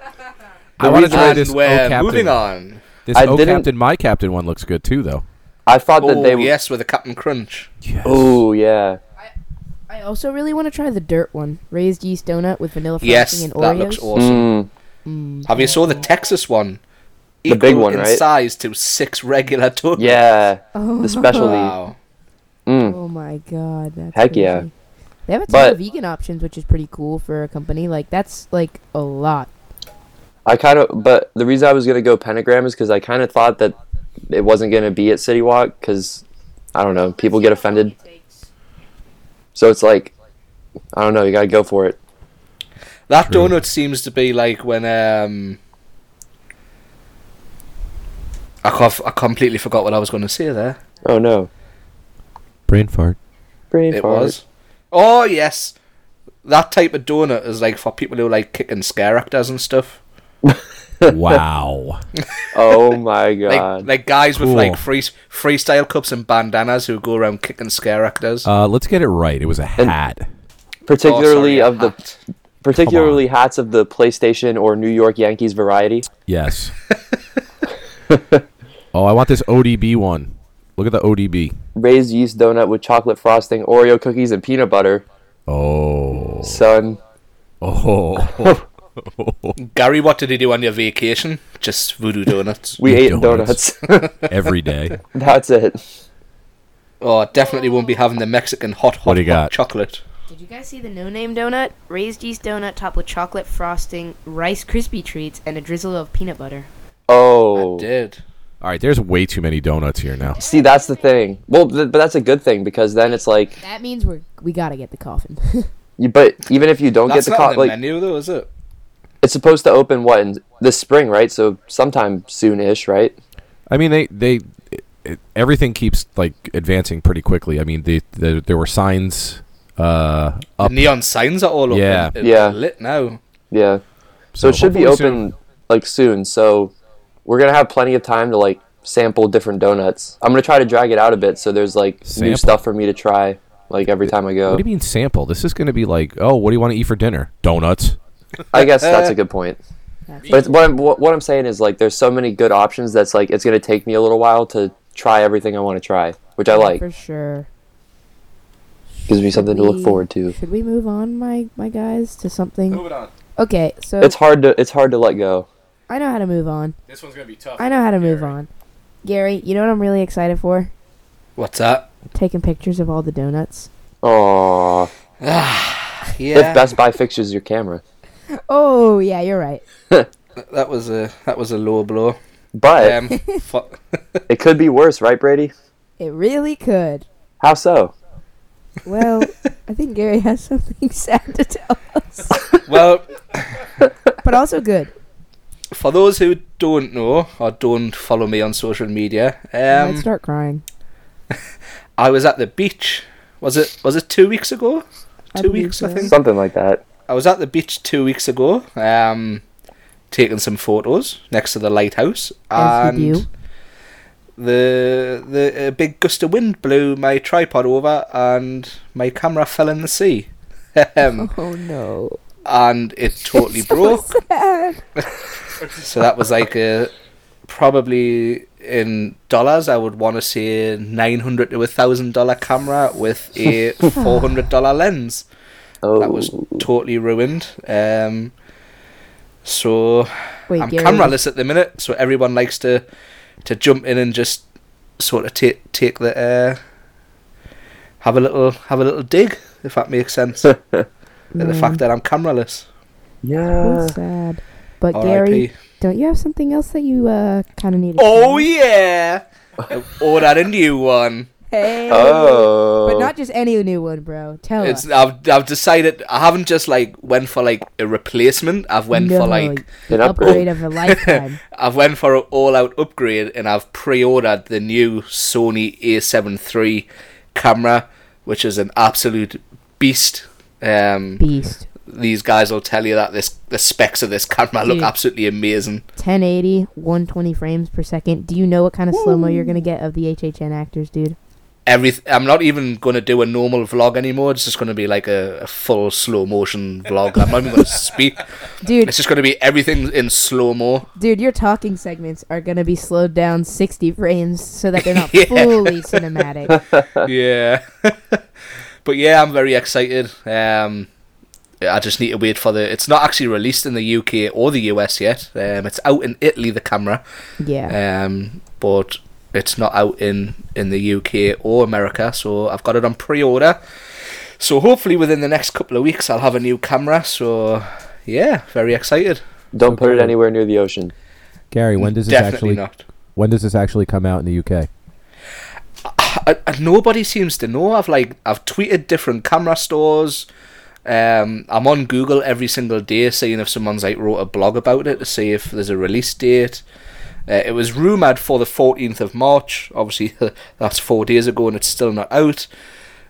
Speaker 3: I want to
Speaker 1: And
Speaker 3: try this. O
Speaker 1: we're
Speaker 3: oh, Captain.
Speaker 1: moving on.
Speaker 3: This
Speaker 2: I
Speaker 3: O
Speaker 2: didn't-
Speaker 3: Captain, my Captain one looks good too, though.
Speaker 2: I thought that
Speaker 1: Oh
Speaker 2: they.
Speaker 1: yes, with a Captain Crunch.
Speaker 2: Oh yeah.
Speaker 4: I also really want to try the dirt one, raised yeast donut with vanilla frosting
Speaker 1: Yes,
Speaker 4: and
Speaker 1: that
Speaker 4: Oreos.
Speaker 1: looks awesome.
Speaker 2: Mm,
Speaker 1: Have you saw the Texas one?
Speaker 2: The big
Speaker 1: Equal
Speaker 2: one,
Speaker 1: in
Speaker 2: right?
Speaker 1: Size to six regular <laughs> donuts.
Speaker 2: yeah.
Speaker 4: Oh,
Speaker 2: The specialty.
Speaker 1: Wow.
Speaker 2: Mm.
Speaker 4: Oh my god, that's
Speaker 2: Heck yeah.
Speaker 4: crazy. They have a ton
Speaker 2: But-
Speaker 4: of vegan options, which is pretty cool for a company. Like that's like a lot.
Speaker 2: I kind of, but the reason I was gonna go pentagram is because I kind of thought that it wasn't gonna be at City Walk because I don't know, people get offended. So it's like, I don't know, you gotta go for it.
Speaker 1: That
Speaker 3: True.
Speaker 1: donut seems to be like when um. I, can't, I completely forgot what I was going to say there.
Speaker 2: Oh no,
Speaker 3: Brain fart.
Speaker 2: brain
Speaker 1: It
Speaker 2: fart.
Speaker 1: was. Oh yes, that type of donut is like for people who like kicking scare actors and stuff.
Speaker 3: wow.
Speaker 2: Oh
Speaker 1: <laughs>
Speaker 2: my
Speaker 1: Like
Speaker 2: god.
Speaker 1: like guys
Speaker 3: Cool.
Speaker 1: with like free freestyle cups and bandanas who go around kicking scare actors.
Speaker 3: Uh, let's get it right. It was a hat.
Speaker 1: Oh, sorry,
Speaker 2: particularly of the
Speaker 1: hat.
Speaker 2: particularly hats of the PlayStation or New York Yankees variety.
Speaker 3: Yes. <laughs> oh, I want this ODB one. Look at the ODB.
Speaker 2: Raised yeast donut with chocolate frosting, Oreo cookies, and peanut butter.
Speaker 3: Oh.
Speaker 2: Son,
Speaker 3: Oh. <laughs>
Speaker 1: Ah, Gary, what did you do on your vacation? Just voodoo donuts.
Speaker 2: we ate
Speaker 3: Donuts.
Speaker 2: donuts.
Speaker 3: Every day.
Speaker 2: <laughs>
Speaker 1: <laughs>
Speaker 2: That's it.
Speaker 1: Oh, I definitely won't be having the Mexican hot hot,
Speaker 3: What do you
Speaker 1: hot
Speaker 3: got?
Speaker 1: chocolate.
Speaker 5: Did you guys see the no name donut? Raised yeast donut topped with chocolate frosting, Rice crispy treats, and a drizzle of peanut butter.
Speaker 2: Oh,
Speaker 1: Did
Speaker 3: All right, there's way too many donuts here now.
Speaker 2: see, that's the thing. Well, th- but that's a good thing because then it's like,
Speaker 4: That means we're we gotta get the coffin.
Speaker 2: you, but even if you don't
Speaker 1: that's not
Speaker 2: get the co-
Speaker 1: on the
Speaker 2: like,
Speaker 1: menu though, is it?
Speaker 2: it's supposed to open what in this spring, right? So sometime soon-ish, right?
Speaker 3: I mean, they they it, it, everything keeps like advancing pretty quickly. I mean, the, the there were signs uh
Speaker 1: The
Speaker 3: up
Speaker 1: neon signs are all up.
Speaker 3: Yeah.
Speaker 1: and- and
Speaker 2: Yeah.
Speaker 1: Lit now.
Speaker 2: Yeah. So it should be
Speaker 3: hopefully soon.
Speaker 2: open like soon. So we're gonna have plenty of time to like sample different donuts. I'm gonna try to drag it out a bit so there's like
Speaker 3: Sample.
Speaker 2: new stuff for me to try like every time I
Speaker 3: What
Speaker 2: go.
Speaker 3: do you mean sample? This is going to be like, "Oh, what do you want to eat for dinner?" Donuts.
Speaker 2: I guess that's
Speaker 3: Uh,
Speaker 2: a good point. But it's, what I'm what, what I'm saying is like there's so many good options that's like it's gonna take me a little while to try everything I want to try, which I
Speaker 4: <laughs>
Speaker 2: like.
Speaker 4: for sure.
Speaker 2: Gives me something to look
Speaker 4: we-
Speaker 2: forward to.
Speaker 4: Should we move on, my my guys, to something?
Speaker 1: Moving on.
Speaker 4: Okay, so
Speaker 2: It's hard to it's hard to let go.
Speaker 4: I know how to move on.
Speaker 1: This one's gonna be tough.
Speaker 4: I know how to move on. Gary, you know what I'm really excited for?
Speaker 1: What's that?
Speaker 4: Taking pictures of all the donuts.
Speaker 2: Aww.
Speaker 1: Yeah,
Speaker 2: If Best Buy fixes your camera.
Speaker 4: <laughs> Oh yeah, you're right.
Speaker 1: that was a that was a low blow.
Speaker 2: But <laughs>
Speaker 1: Um, fu-
Speaker 2: it could be worse, right, Brady?
Speaker 4: It really could.
Speaker 2: How so?
Speaker 4: <laughs> Well, I think Gary has something <laughs> sad to tell us,
Speaker 1: well,
Speaker 4: but also good.
Speaker 1: for those who don't know or don't follow me on social media,
Speaker 4: I might
Speaker 1: um,
Speaker 4: start crying.
Speaker 1: I was at the beach. Was it was it two weeks ago?
Speaker 4: I
Speaker 1: two
Speaker 4: believe
Speaker 1: weeks, I
Speaker 4: so.
Speaker 1: think.
Speaker 2: Something like that.
Speaker 1: I was at the beach two weeks ago, um, taking some photos next to the lighthouse,
Speaker 4: As
Speaker 1: and
Speaker 4: you do.
Speaker 1: the the a big gust of wind blew my tripod over, and my camera fell in the sea, <laughs> um,
Speaker 4: <laughs> Oh no!
Speaker 1: and it
Speaker 4: <laughs>
Speaker 1: totally
Speaker 4: Oh. So
Speaker 1: broke.
Speaker 4: sad.
Speaker 1: So that was like a probably in dollars. I would want to say nine hundred to a thousand dollar camera with
Speaker 4: <laughs>
Speaker 1: a four hundred dollar lens.
Speaker 2: Oh,
Speaker 1: That was totally ruined. Um, so
Speaker 4: Wait,
Speaker 1: I'm
Speaker 4: Gary.
Speaker 1: cameraless at the minute, so everyone likes to to jump in and just sort of take take the uh, have a little have a little dig, if that
Speaker 4: <laughs>
Speaker 1: makes sense, at the fact that I'm cameraless.
Speaker 2: yeah.
Speaker 4: That's sad. But Gary,
Speaker 1: R.I.P.
Speaker 4: don't you have something else that you uh kind of need?
Speaker 1: Oh yeah, <laughs> ordered a new one.
Speaker 4: Hey.
Speaker 2: Oh.
Speaker 4: But not just any new one, bro.
Speaker 5: Oh.
Speaker 4: Tell
Speaker 1: It's
Speaker 4: us.
Speaker 1: I've I've decided I haven't just like went for like a replacement. I've went
Speaker 4: No,
Speaker 1: for like
Speaker 4: the
Speaker 2: An
Speaker 4: upgrade.
Speaker 1: <laughs>
Speaker 2: upgrade.
Speaker 4: of a lifetime.
Speaker 1: I've went for an all-out upgrade, and I've pre-ordered the new Sony A7 III camera, which is an absolute beast. Um,
Speaker 4: Beast.
Speaker 1: these guys will tell you that this the specs of this camera look
Speaker 4: Dude.
Speaker 1: absolutely amazing.
Speaker 4: 1080, 120 frames per second. Do you know what kind of slow mo you're gonna get of the HHN actors, dude?
Speaker 1: Every I'm not even going to do a normal vlog anymore. It's just going to be like a, a full slow motion vlog. I'm not even going to speak.
Speaker 4: Dude,
Speaker 1: It's just going to be everything in slow mo.
Speaker 4: dude, your talking segments are gonna be slowed down 60 frames so that they're
Speaker 1: <laughs>
Speaker 4: not fully cinematic.
Speaker 1: yeah. <laughs> but yeah, I'm very excited. Um, I just need to wait for the. It's not actually released in the UK or the US yet. Um, it's out in Italy, the camera,
Speaker 4: Yeah.
Speaker 1: um, but it's not out in in the UK or America. So I've got it on pre-order. So hopefully within the next couple of weeks, I'll have a new camera. So yeah, very excited.
Speaker 2: Don't put it anywhere near the ocean.
Speaker 3: Gary, when does this
Speaker 1: Definitely
Speaker 3: actually
Speaker 1: not.
Speaker 3: when does this actually come out in the UK?
Speaker 1: I, I, nobody seems to know. I've like I've tweeted different camera stores. Um, I'm on Google every single day, seeing if someone's like wrote a blog about it to see if there's a release date. Uh, it was <laughs> rumored for the 14th of March. Obviously, that's four days ago, and it's still not out.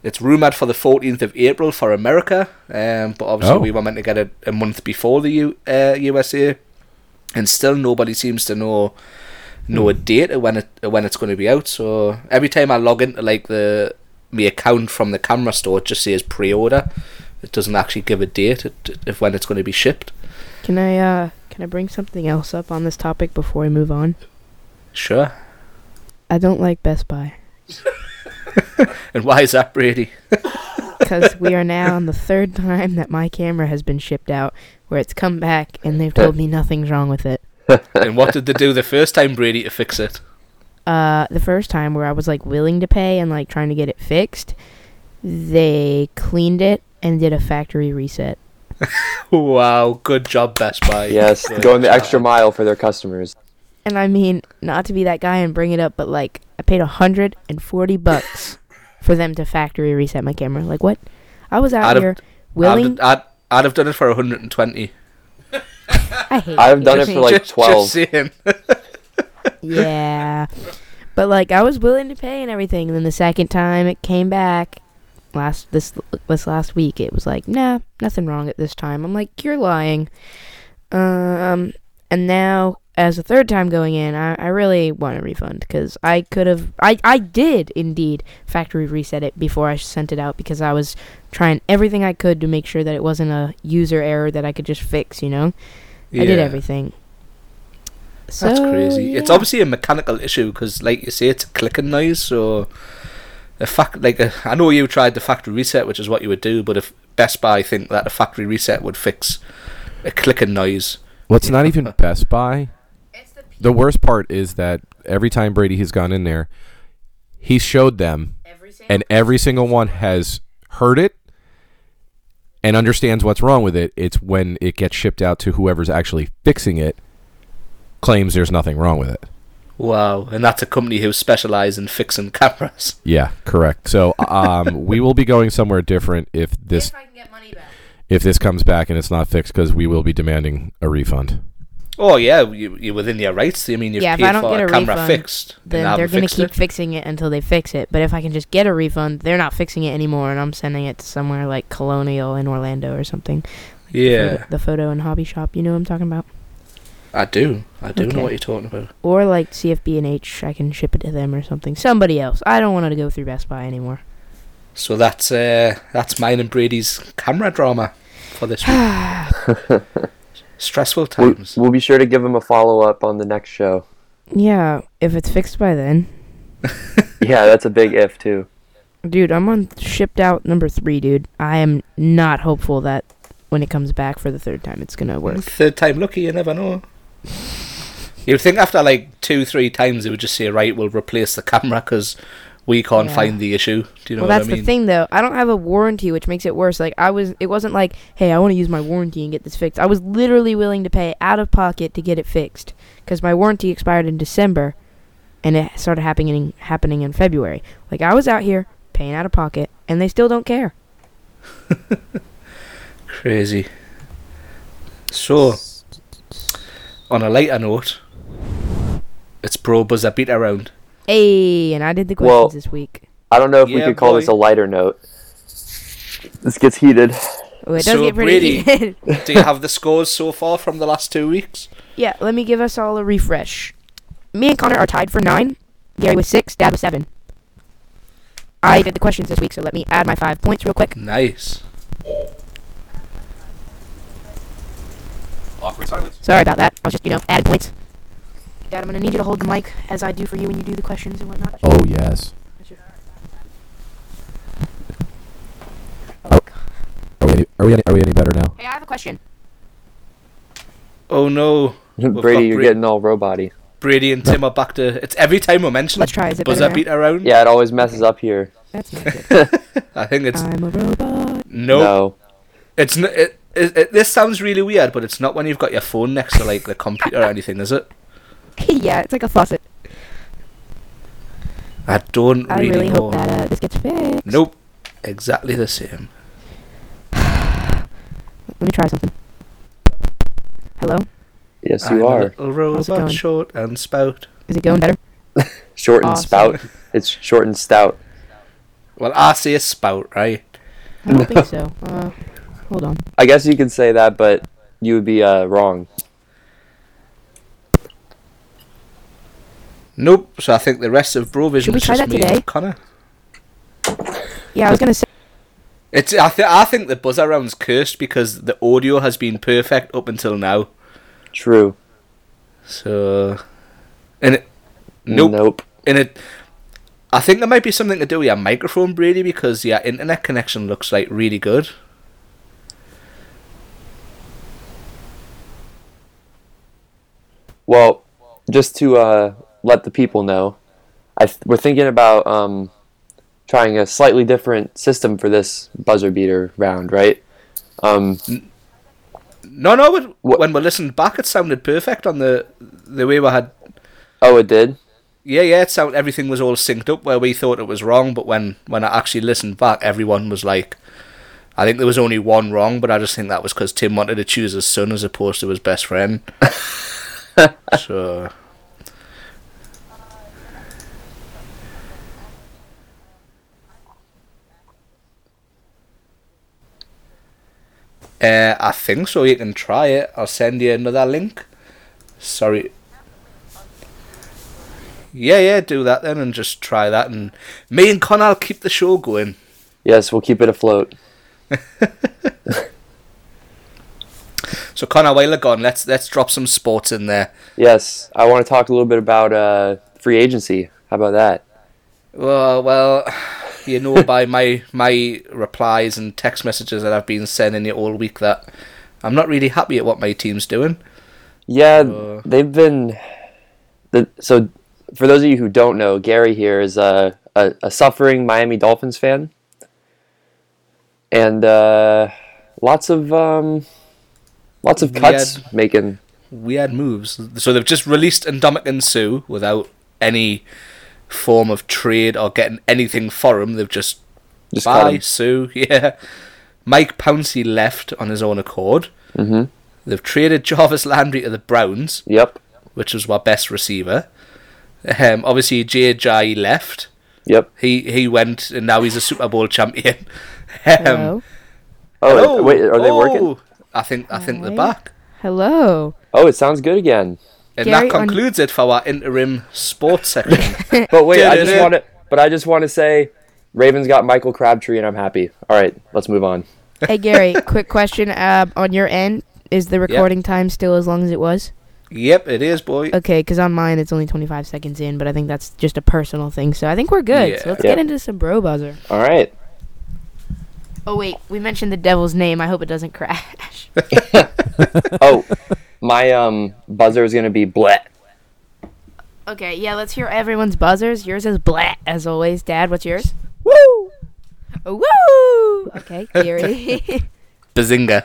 Speaker 1: It's rumored for the 14th of April for America, um, but obviously
Speaker 3: Oh.
Speaker 1: we were meant to get it a month before the U- uh, USA, and still nobody seems to know know
Speaker 2: Hmm.
Speaker 1: a date of when it of when it's going to be out. So every time I log into like the my account from the camera store, it just says pre-order. It doesn't actually give a date it- of when it's going to be shipped.
Speaker 5: Can I uh can I bring something else up on this topic before we move on?
Speaker 1: Sure.
Speaker 5: I don't like Best Buy
Speaker 1: And why is that, Brady?
Speaker 5: because we are now on the third <laughs> time that my camera has been shipped out, where it's come back and they've told me nothing's wrong with it.
Speaker 1: and what did they do the first time, Brady, to fix it?
Speaker 5: Uh, the first time where I was like willing to pay and like trying to get it fixed, they cleaned it and did a factory reset.
Speaker 1: Wow, good job, Best Buy.
Speaker 2: Yes,
Speaker 1: Good
Speaker 2: going the
Speaker 1: job.
Speaker 2: extra mile for their customers.
Speaker 5: And I mean, not to be that guy and bring it up, but like I paid a hundred and forty bucks for them to factory reset my camera. Like what? I was out
Speaker 1: Out of-
Speaker 5: here
Speaker 1: I'd,
Speaker 5: willing.
Speaker 1: I'd, I'd have done it for 120.
Speaker 5: I hate.
Speaker 2: I've done
Speaker 5: <laughs> you.
Speaker 2: it for,
Speaker 1: <laughs>
Speaker 2: like,
Speaker 1: just,
Speaker 2: 12.
Speaker 1: Just saying.
Speaker 5: yeah. But like I was willing to pay and everything, and then the second time it came back last this this last week, it was like, "Nah, nothing wrong at this time." I'm like, "You're lying." Um and now as the third time going in, I, I really want a refund because I could have, I, I did indeed factory reset it before I sent it out because I was trying everything I could to make sure that it wasn't a user error that I could just fix, you know? I did
Speaker 1: Yeah,
Speaker 5: everything. So,
Speaker 1: That's crazy. It's
Speaker 5: yeah.
Speaker 1: obviously a mechanical issue because, like you say, it's a clicking noise. So, a fact like a, I know you tried the factory reset, which is what you would do. But if Best Buy think that a factory reset would fix a clicking noise,
Speaker 3: Well, it's not even Best Buy. The worst part is that every time Brady has gone in there, he showed them, and every single one has heard it and understands what's wrong with it. It's when it gets shipped out to whoever's actually fixing it, claims there's nothing wrong with it.
Speaker 1: wow! And that's a company who specialise in fixing cameras. <laughs>
Speaker 3: Yeah, correct. So <laughs> um, we will be going somewhere different if this if, this comes back and it's not fixed because we will be demanding a refund.
Speaker 1: Oh yeah, you, you're within your rights. I mean, you've
Speaker 5: Yeah, if
Speaker 1: paid
Speaker 5: I don't
Speaker 1: for
Speaker 5: get
Speaker 1: a
Speaker 5: a
Speaker 1: camera
Speaker 5: refund,
Speaker 1: fixed. and
Speaker 5: then
Speaker 1: haven't
Speaker 5: they're going to
Speaker 1: fixed
Speaker 5: keep
Speaker 1: it.
Speaker 5: fixing it until they fix it. But if I can just get a refund, they're not fixing it anymore, and I'm sending it to somewhere like Colonial in Orlando or something.
Speaker 1: Yeah,
Speaker 5: The photo and hobby shop, you know what I'm talking about?
Speaker 1: I do. I do
Speaker 5: Okay.
Speaker 1: know what you're talking about.
Speaker 5: Or like CFB&H, I can ship it to them or something. Somebody else. I don't want to go through Best Buy anymore. <sighs>
Speaker 1: So that's uh, that's mine and Brady's camera drama for this
Speaker 5: <sighs>
Speaker 1: week. Stressful
Speaker 2: We'll,
Speaker 1: times.
Speaker 2: we'll be sure to give them a follow up on the next show.
Speaker 5: Yeah, if it's fixed by then.
Speaker 2: Yeah, that's a big if too.
Speaker 5: Dude, I'm on shipped out number three, dude. I am not hopeful that when it comes back for the third time, it's going to work.
Speaker 1: Third time lucky, you never know. You'd think after like two, three times, they would just say, "Right, we'll replace the camera because we can't
Speaker 5: Yeah.
Speaker 1: find the issue." Do you know
Speaker 5: well,
Speaker 1: what
Speaker 5: that's
Speaker 1: I mean?
Speaker 5: the thing, though. I don't have a warranty, which makes it worse. Like I was, it wasn't like, hey, I want to use my warranty and get this fixed. I was literally willing to pay out of pocket to get it fixed because my warranty expired in December, and it started happening happening in February. Like I was out here paying out of pocket, and they still don't care.
Speaker 1: Crazy. So, on a lighter note, it's Pro Buzzer Beat Around.
Speaker 5: Hey, and I did the questions
Speaker 2: Well-
Speaker 5: this week.
Speaker 2: I don't know if we
Speaker 1: Yeah,
Speaker 2: could call
Speaker 1: boy.
Speaker 2: this a lighter note. This gets heated.
Speaker 5: Oh, it does
Speaker 1: So,
Speaker 5: get pretty.
Speaker 1: Brady-
Speaker 5: <laughs>
Speaker 1: do you have the scores so far from the last two weeks?
Speaker 5: yeah, let me give us all a refresh. Me and Connor are tied for nine. Gary was six. Dad was seven. I did the questions this week, so let me add my five points real quick.
Speaker 1: Nice.
Speaker 3: Awkward silence.
Speaker 5: Sorry about that. I was just, you know, adding points. Dad, I'm gonna need you to hold the mic as I do for you when you do the questions and whatnot.
Speaker 3: Oh yes. Oh, Are we, any, are, we any, are we any better now?
Speaker 5: Hey, I have a question.
Speaker 1: Oh no. got
Speaker 2: Brady, you're
Speaker 1: Bra-
Speaker 2: getting all roboty.
Speaker 1: Brady and Tim are back to. It's every time we mention
Speaker 5: Let's try. Is it
Speaker 1: buzzer
Speaker 5: better
Speaker 1: beat around.
Speaker 2: Yeah, it always messes up here.
Speaker 5: That's not good.
Speaker 1: <laughs> I think <laughs> it's
Speaker 5: I'm a robot. <laughs>
Speaker 1: no.
Speaker 2: No.
Speaker 1: It's n- it, it, it. This sounds really weird, but it's not when you've got your phone next to like the computer or anything, is it?
Speaker 5: yeah, it's like a faucet.
Speaker 1: I don't
Speaker 5: I
Speaker 1: really,
Speaker 5: really
Speaker 1: know.
Speaker 5: hope that uh, this gets fixed.
Speaker 1: Nope. Exactly the same.
Speaker 5: Let me try something. Hello?
Speaker 2: Yes,
Speaker 1: I'm
Speaker 2: you
Speaker 1: a
Speaker 2: are.
Speaker 1: little
Speaker 5: How's it
Speaker 1: robot,
Speaker 5: going?
Speaker 1: short and spout.
Speaker 5: Is it going better?
Speaker 2: <laughs> Short and
Speaker 5: Awesome.
Speaker 2: spout. It's short and stout.
Speaker 1: Well, I say spout, right?
Speaker 5: I don't think so. Uh, hold on.
Speaker 2: I guess you could say that, but you would be uh, wrong.
Speaker 1: Nope. So I think the rest of Brovision
Speaker 5: Should we
Speaker 1: is
Speaker 5: try
Speaker 1: just
Speaker 5: that
Speaker 1: me and
Speaker 5: today?
Speaker 1: Connor.
Speaker 5: Yeah, I was gonna say.
Speaker 1: It's I, th- I think the buzzer round's cursed because the audio has been perfect up until now.
Speaker 2: True.
Speaker 1: So, and it, nope,
Speaker 2: Nope.
Speaker 1: and it. I think there might be something to do with your microphone, Brady, because your internet connection looks like really good.
Speaker 2: Well, just to uh, let the people know, I th- we're thinking about um, trying a slightly different system for this buzzer beater round, right? Um,
Speaker 1: No, no. When,
Speaker 2: What-
Speaker 1: when we listened back, it sounded perfect on the the way we had.
Speaker 2: oh, it did.
Speaker 1: Yeah, yeah. It sound everything was all synced up where we thought it was wrong, but when when I actually listened back, everyone was like, "I think there was only one wrong," but I just think that was because Tim wanted to choose his son as opposed to his best friend. so. Uh, I think so. You can try it. I'll send you another link. Sorry. Yeah, yeah, do that then and just try that. And me and Connor will keep the show going.
Speaker 2: Yes, we'll keep it afloat.
Speaker 1: So Connor, while you're gone, let's let's drop some sports in there.
Speaker 2: Yes, I want to talk a little bit about uh, free agency. How about that?
Speaker 1: Well, well, you know by my my replies and text messages that I've been sending you all week that I'm not really happy at what my team's doing.
Speaker 2: Yeah,
Speaker 1: Uh,
Speaker 2: they've been. The, so, for those of you who don't know, Gary here is a, a, a suffering Miami Dolphins fan, and uh, lots of um, lots of cuts
Speaker 1: Weird.
Speaker 2: making.
Speaker 1: Weird moves. So they've just released Indomitian and Sue without any form of trade or getting anything for him. They've just
Speaker 2: Just cut
Speaker 1: Bye,
Speaker 2: him.
Speaker 1: Sue. <laughs> Yeah. Mike Pouncey left on his own accord.
Speaker 2: Mhm.
Speaker 1: They've traded Jarvis Landry to the Browns,
Speaker 2: Yep,
Speaker 1: which was our best receiver. Um, obviously, J.J. left.
Speaker 2: yep.
Speaker 1: He he went, and now he's a Super Bowl champion. <laughs>
Speaker 5: Hello.
Speaker 1: Um,
Speaker 2: Oh,
Speaker 1: hello.
Speaker 2: wait, are they working?
Speaker 1: Oh, I think I think they're
Speaker 5: Alright.
Speaker 1: back.
Speaker 5: Hello.
Speaker 2: Oh, it sounds good again.
Speaker 1: And
Speaker 5: Gary,
Speaker 1: that
Speaker 5: on-
Speaker 1: concludes it for our interim sports section.
Speaker 5: <laughs>
Speaker 2: But wait, I just
Speaker 1: Da-da-da.
Speaker 2: want to. But I just want to say, Ravens got Michael Crabtree, and I'm happy. All right, let's move on.
Speaker 5: Hey Gary, quick question. Uh, on your end, is the recording time still as long as it was?
Speaker 1: yep, it is, boy.
Speaker 5: Okay, because on mine it's only 25 seconds in, but I think that's just a personal thing. So I think we're good.
Speaker 1: Yeah.
Speaker 5: So let's
Speaker 2: Yeah.
Speaker 5: get into some bro buzzer.
Speaker 2: All right.
Speaker 5: Oh wait, we mentioned the devil's name. I hope it doesn't
Speaker 2: <laughs>
Speaker 5: crash.
Speaker 1: <laughs>
Speaker 2: Oh, my um buzzer is gonna be bleh.
Speaker 5: okay, yeah, let's hear everyone's buzzers. Yours is blat as always. Dad, what's yours? Woo! Woo!
Speaker 2: <laughs>
Speaker 5: Okay, Gary. <laughs>
Speaker 1: Bazinga.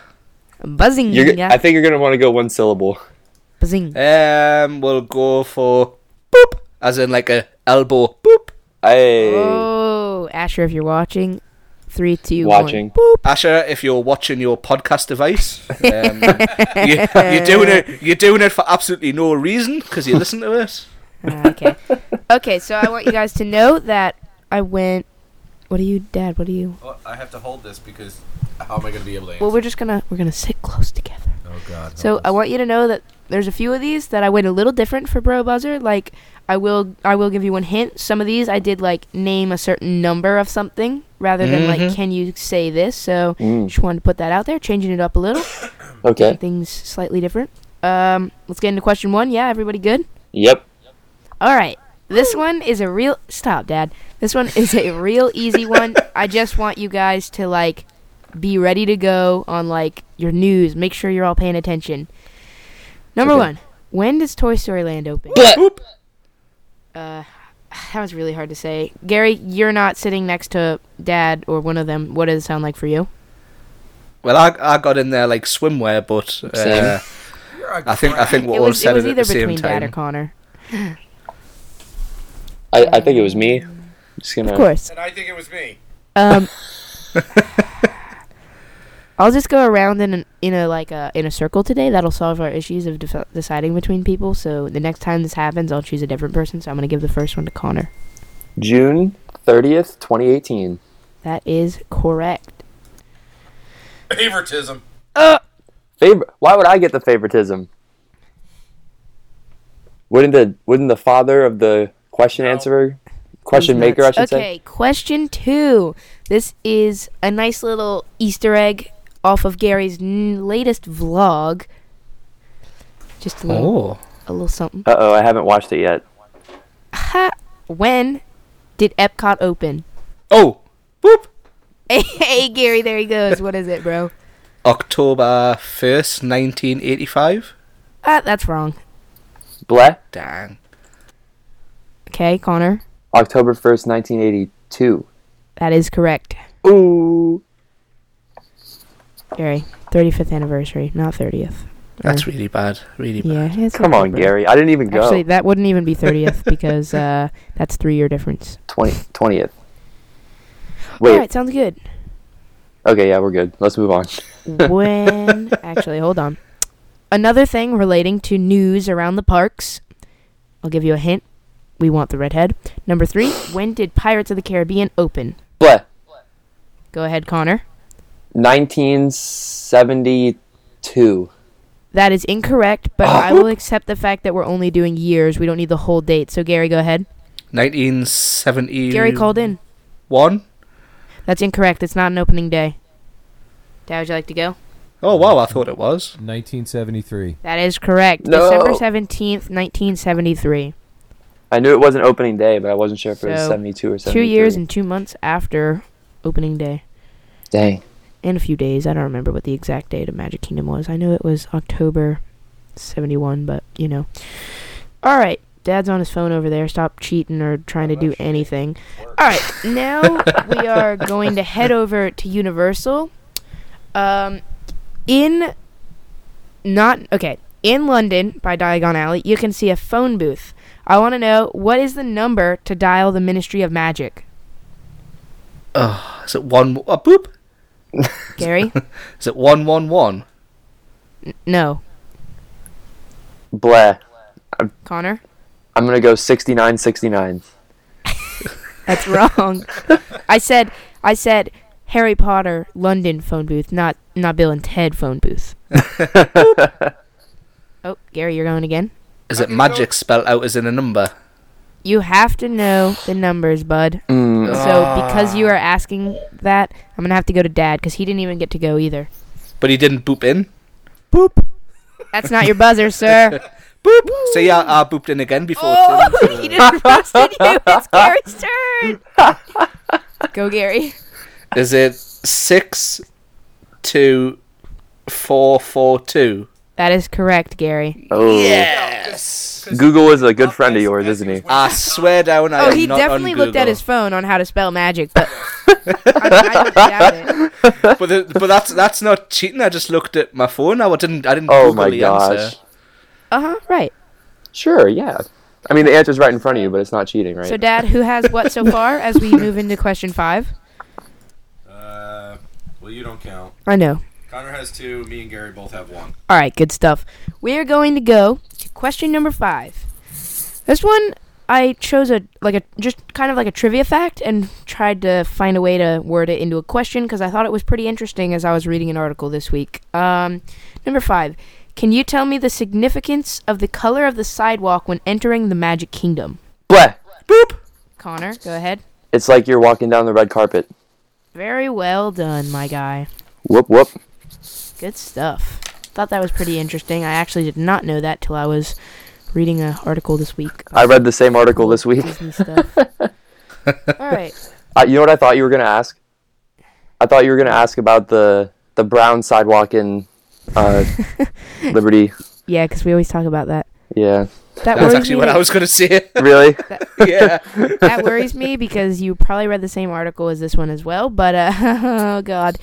Speaker 5: Buzzing.
Speaker 2: You're,
Speaker 5: yeah.
Speaker 2: I think you're gonna want to go one syllable.
Speaker 5: Buzzing.
Speaker 1: Um, we'll go for boop, as in like a elbow boop.
Speaker 2: Hey,
Speaker 5: Oh, Asher, if you're watching, three, two, one.
Speaker 2: watching.
Speaker 1: Asher, if you're watching your podcast device, um, you, you're doing it. You're doing it for absolutely no reason because you listen to us.
Speaker 2: <laughs>
Speaker 5: Ah, okay. okay, so I want you guys to know that I went. What do you, Dad? What do you?
Speaker 3: Well, I have to hold this because how am I going to be able to?
Speaker 5: Well, we're just gonna we're gonna sit close together.
Speaker 3: oh God.
Speaker 5: So I want you to know that there's a few of these that I went a little different for Bro Buzzer. Like I will I will give you one hint. Some of these I did like name a certain number of something rather than
Speaker 1: Mhm.
Speaker 5: like can you say this. So
Speaker 2: Mm,
Speaker 5: just wanted to put that out there, changing it up a little, <coughs>
Speaker 2: okay.
Speaker 5: things slightly different. Um, let's get into question one. Yeah, everybody good?
Speaker 2: Yep.
Speaker 5: All right. This one is a real stop, Dad. This one is a real easy one. <laughs> I just want you guys to like be ready to go on like your news. Make sure you're all paying attention. Number
Speaker 2: Okay.
Speaker 5: one, when does Toy Story Land open?
Speaker 1: Boop.
Speaker 5: Uh, <sighs> that was really hard to say. Gary, you're not sitting next to Dad or one of them. What does it sound like for you?
Speaker 1: Well, I, I got in there like swimwear, but uh, I think I think we
Speaker 5: it
Speaker 1: all
Speaker 5: was, it
Speaker 1: said
Speaker 5: was
Speaker 1: it,
Speaker 5: either
Speaker 1: at the same
Speaker 5: between Dad or
Speaker 1: time.
Speaker 5: Connor.
Speaker 2: I, I think it was me. Just gonna.
Speaker 5: Mm. Of course.
Speaker 3: And I think it was me.
Speaker 2: <laughs>
Speaker 5: Um, I'll just go around in an, in a like a in a circle today. That'll solve our issues of defi- deciding between people. So the next time this happens, I'll choose a different person. So I'm gonna give the first one to Connor.
Speaker 2: June thirtieth, twenty eighteen.
Speaker 5: That is correct.
Speaker 1: Favoritism.
Speaker 2: Favor- Why would I get the favoritism? Wouldn't the wouldn't the father of the question answerer, question maker, I should say?
Speaker 5: Okay, question two. This is a nice little Easter egg off of Gary's n- latest vlog. Just a little,
Speaker 1: Oh.
Speaker 5: a little something.
Speaker 2: Uh oh, I haven't watched it yet.
Speaker 5: Ha! When did Epcot open?
Speaker 1: Oh. Boop.
Speaker 5: Hey, <laughs> hey, Gary, there he goes. What is it, bro?
Speaker 1: October 1st, 1985.
Speaker 5: Ah, that's wrong.
Speaker 2: Bleh,
Speaker 1: Dang.
Speaker 5: Okay, Connor,
Speaker 2: October first, nineteen eighty two.
Speaker 5: that is correct.
Speaker 2: Ooh.
Speaker 5: Gary, 35th anniversary, not 30th.
Speaker 1: That's really bad. Really bad.
Speaker 5: Yeah, it's
Speaker 2: Come
Speaker 5: okay,
Speaker 2: on,
Speaker 5: bro.
Speaker 2: Gary. I didn't even go.
Speaker 5: Actually, that wouldn't even be 30th because uh, <laughs> that's three year difference.
Speaker 2: 20, 20th. Wait.
Speaker 5: All right, sounds
Speaker 2: <laughs>
Speaker 5: good.
Speaker 2: Okay, yeah, we're good. Let's move on.
Speaker 5: When actually, hold on. Another thing relating to news around the parks. I'll give you a hint. We want the redhead. Number three. When did Pirates of the Caribbean open?
Speaker 2: Bleh.
Speaker 5: Go ahead, Connor.
Speaker 2: 1972.
Speaker 5: That is incorrect, but I will accept the fact that we're only doing years. We don't need the whole date. So Gary, go ahead.
Speaker 1: 1970.
Speaker 5: Gary called in.
Speaker 1: One.
Speaker 5: That's incorrect. It's not an opening day. Dad, would you like to go?
Speaker 1: Oh, wow. I thought it was.
Speaker 7: 1973.
Speaker 5: That is correct.
Speaker 2: No.
Speaker 5: December 17th, 1973.
Speaker 2: I knew it wasn't opening day, but I wasn't sure if it was
Speaker 5: So,
Speaker 2: 72 or 73.
Speaker 5: Two years and two months after opening day.
Speaker 2: Dang.
Speaker 5: And a few days. I don't remember what the exact date of Magic Kingdom was. I know it was October 71, but you know. All right. Dad's on his phone over there. Stop cheating or trying to do anything. All right. Now we are going to head over to Universal. Um, in not okay. In London by Diagon Alley, you can see a phone booth. I want to know what is the number to dial the Ministry of Magic.
Speaker 1: Is it one? Oh, boop.
Speaker 5: Gary?
Speaker 1: Is it 111?
Speaker 5: no.
Speaker 2: Bleh.
Speaker 5: Connor?
Speaker 2: I'm going to go 69 69.
Speaker 5: That's wrong. I said I said Harry Potter London phone booth, not not Bill and Ted phone booth. oh, Gary, you're going again.
Speaker 1: Is it magic spelled out as in a number?
Speaker 5: You have to know the numbers, bud.
Speaker 2: Mm.
Speaker 5: So because you are asking that, I'm gonna have to go to Dad because he didn't even get to go either.
Speaker 1: But he didn't boop in.
Speaker 5: That's not your buzzer, sir.
Speaker 1: Boop. See, I, I booped in again before.
Speaker 5: <laughs> Oh,
Speaker 1: Tim, so-
Speaker 5: he didn't trust you. It's Gary's turn. go, Gary.
Speaker 1: <laughs> Is it six, two, four, four, two?
Speaker 5: That is correct, Gary.
Speaker 2: Oh.
Speaker 1: Yes.
Speaker 2: Google is a good friend of yours, isn't he?
Speaker 1: I swear down, I
Speaker 5: Oh,
Speaker 1: am
Speaker 5: he
Speaker 1: not on
Speaker 5: definitely looked at
Speaker 1: Google.
Speaker 5: his phone on how to spell magic,
Speaker 1: <laughs>
Speaker 5: but I, I don't doubt it.
Speaker 1: but the, but that's that's not cheating. I just looked at my phone. I didn't I didn't
Speaker 2: Oh
Speaker 1: Google
Speaker 2: my
Speaker 1: the
Speaker 2: gosh.
Speaker 1: answer.
Speaker 5: Uh huh. Right.
Speaker 2: Sure, yeah. I mean, the answer's right in front of you, but it's not cheating, right?
Speaker 5: So, Dad, who has
Speaker 1: <laughs>
Speaker 5: what so far as we move into question five?
Speaker 7: Uh, well, you don't count.
Speaker 5: I know.
Speaker 7: Connor has two. Me and Gary both have one.
Speaker 5: All right, good stuff. We are going to go to question number five. This one I chose a like a just kind of like a trivia fact and tried to find a way to word it into a question because I thought it was pretty interesting as I was reading an article this week. Um, number five. Can you tell me the significance of the color of the sidewalk when entering the Magic Kingdom?
Speaker 2: Bleh.
Speaker 5: Connor, go ahead.
Speaker 2: It's like you're walking down the red carpet.
Speaker 5: Very well done, my guy.
Speaker 2: Whoop, whoop.
Speaker 5: Good stuff. Thought that was pretty interesting. I actually did not know that till I was reading an article this week.
Speaker 2: I read the same article this week. <laughs>
Speaker 5: Disney stuff. All right.
Speaker 2: I, you know what I thought you were gonna ask? I thought you were gonna ask about the the brown sidewalk in
Speaker 5: <laughs>
Speaker 2: uh, Liberty.
Speaker 5: Yeah, because we always talk about that.
Speaker 2: Yeah,
Speaker 5: That
Speaker 1: That's
Speaker 5: worries
Speaker 1: actually
Speaker 5: me.
Speaker 1: what
Speaker 5: that-
Speaker 1: I was gonna say.
Speaker 2: really?
Speaker 1: <laughs> yeah.
Speaker 5: that worries me because you probably read the same article as this one as well. But uh, <laughs> oh god,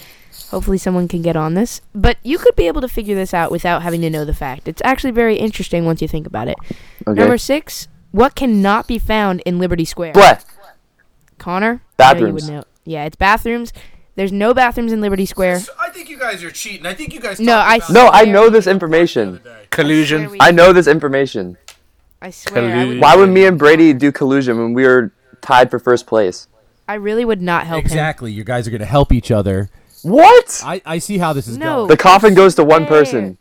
Speaker 5: hopefully someone can get on this. But you could be able to figure this out without having to know the fact. It's actually very interesting once you think about it.
Speaker 2: Okay.
Speaker 5: Number six. What cannot be found in Liberty Square?
Speaker 2: Bleh.
Speaker 5: Connor?
Speaker 2: Bathrooms.
Speaker 5: I know you would know. Yeah, it's bathrooms. There's no bathrooms in Liberty Square.
Speaker 7: I think you guys are cheating. I think you guys.
Speaker 5: No,
Speaker 7: talked
Speaker 5: I
Speaker 7: about
Speaker 5: s-
Speaker 2: No, I know this information.
Speaker 5: Swear
Speaker 1: Collusion.
Speaker 5: we-
Speaker 2: I know this information.
Speaker 5: I swear. I would-
Speaker 1: Collude.
Speaker 2: Why would me and Brady do collusion when we were tied for first place?
Speaker 5: I really would not help
Speaker 8: exactly. You guys are going to help each other.
Speaker 2: What?
Speaker 8: I, I see how this is
Speaker 5: No.
Speaker 8: going.
Speaker 2: The coffin goes to one person.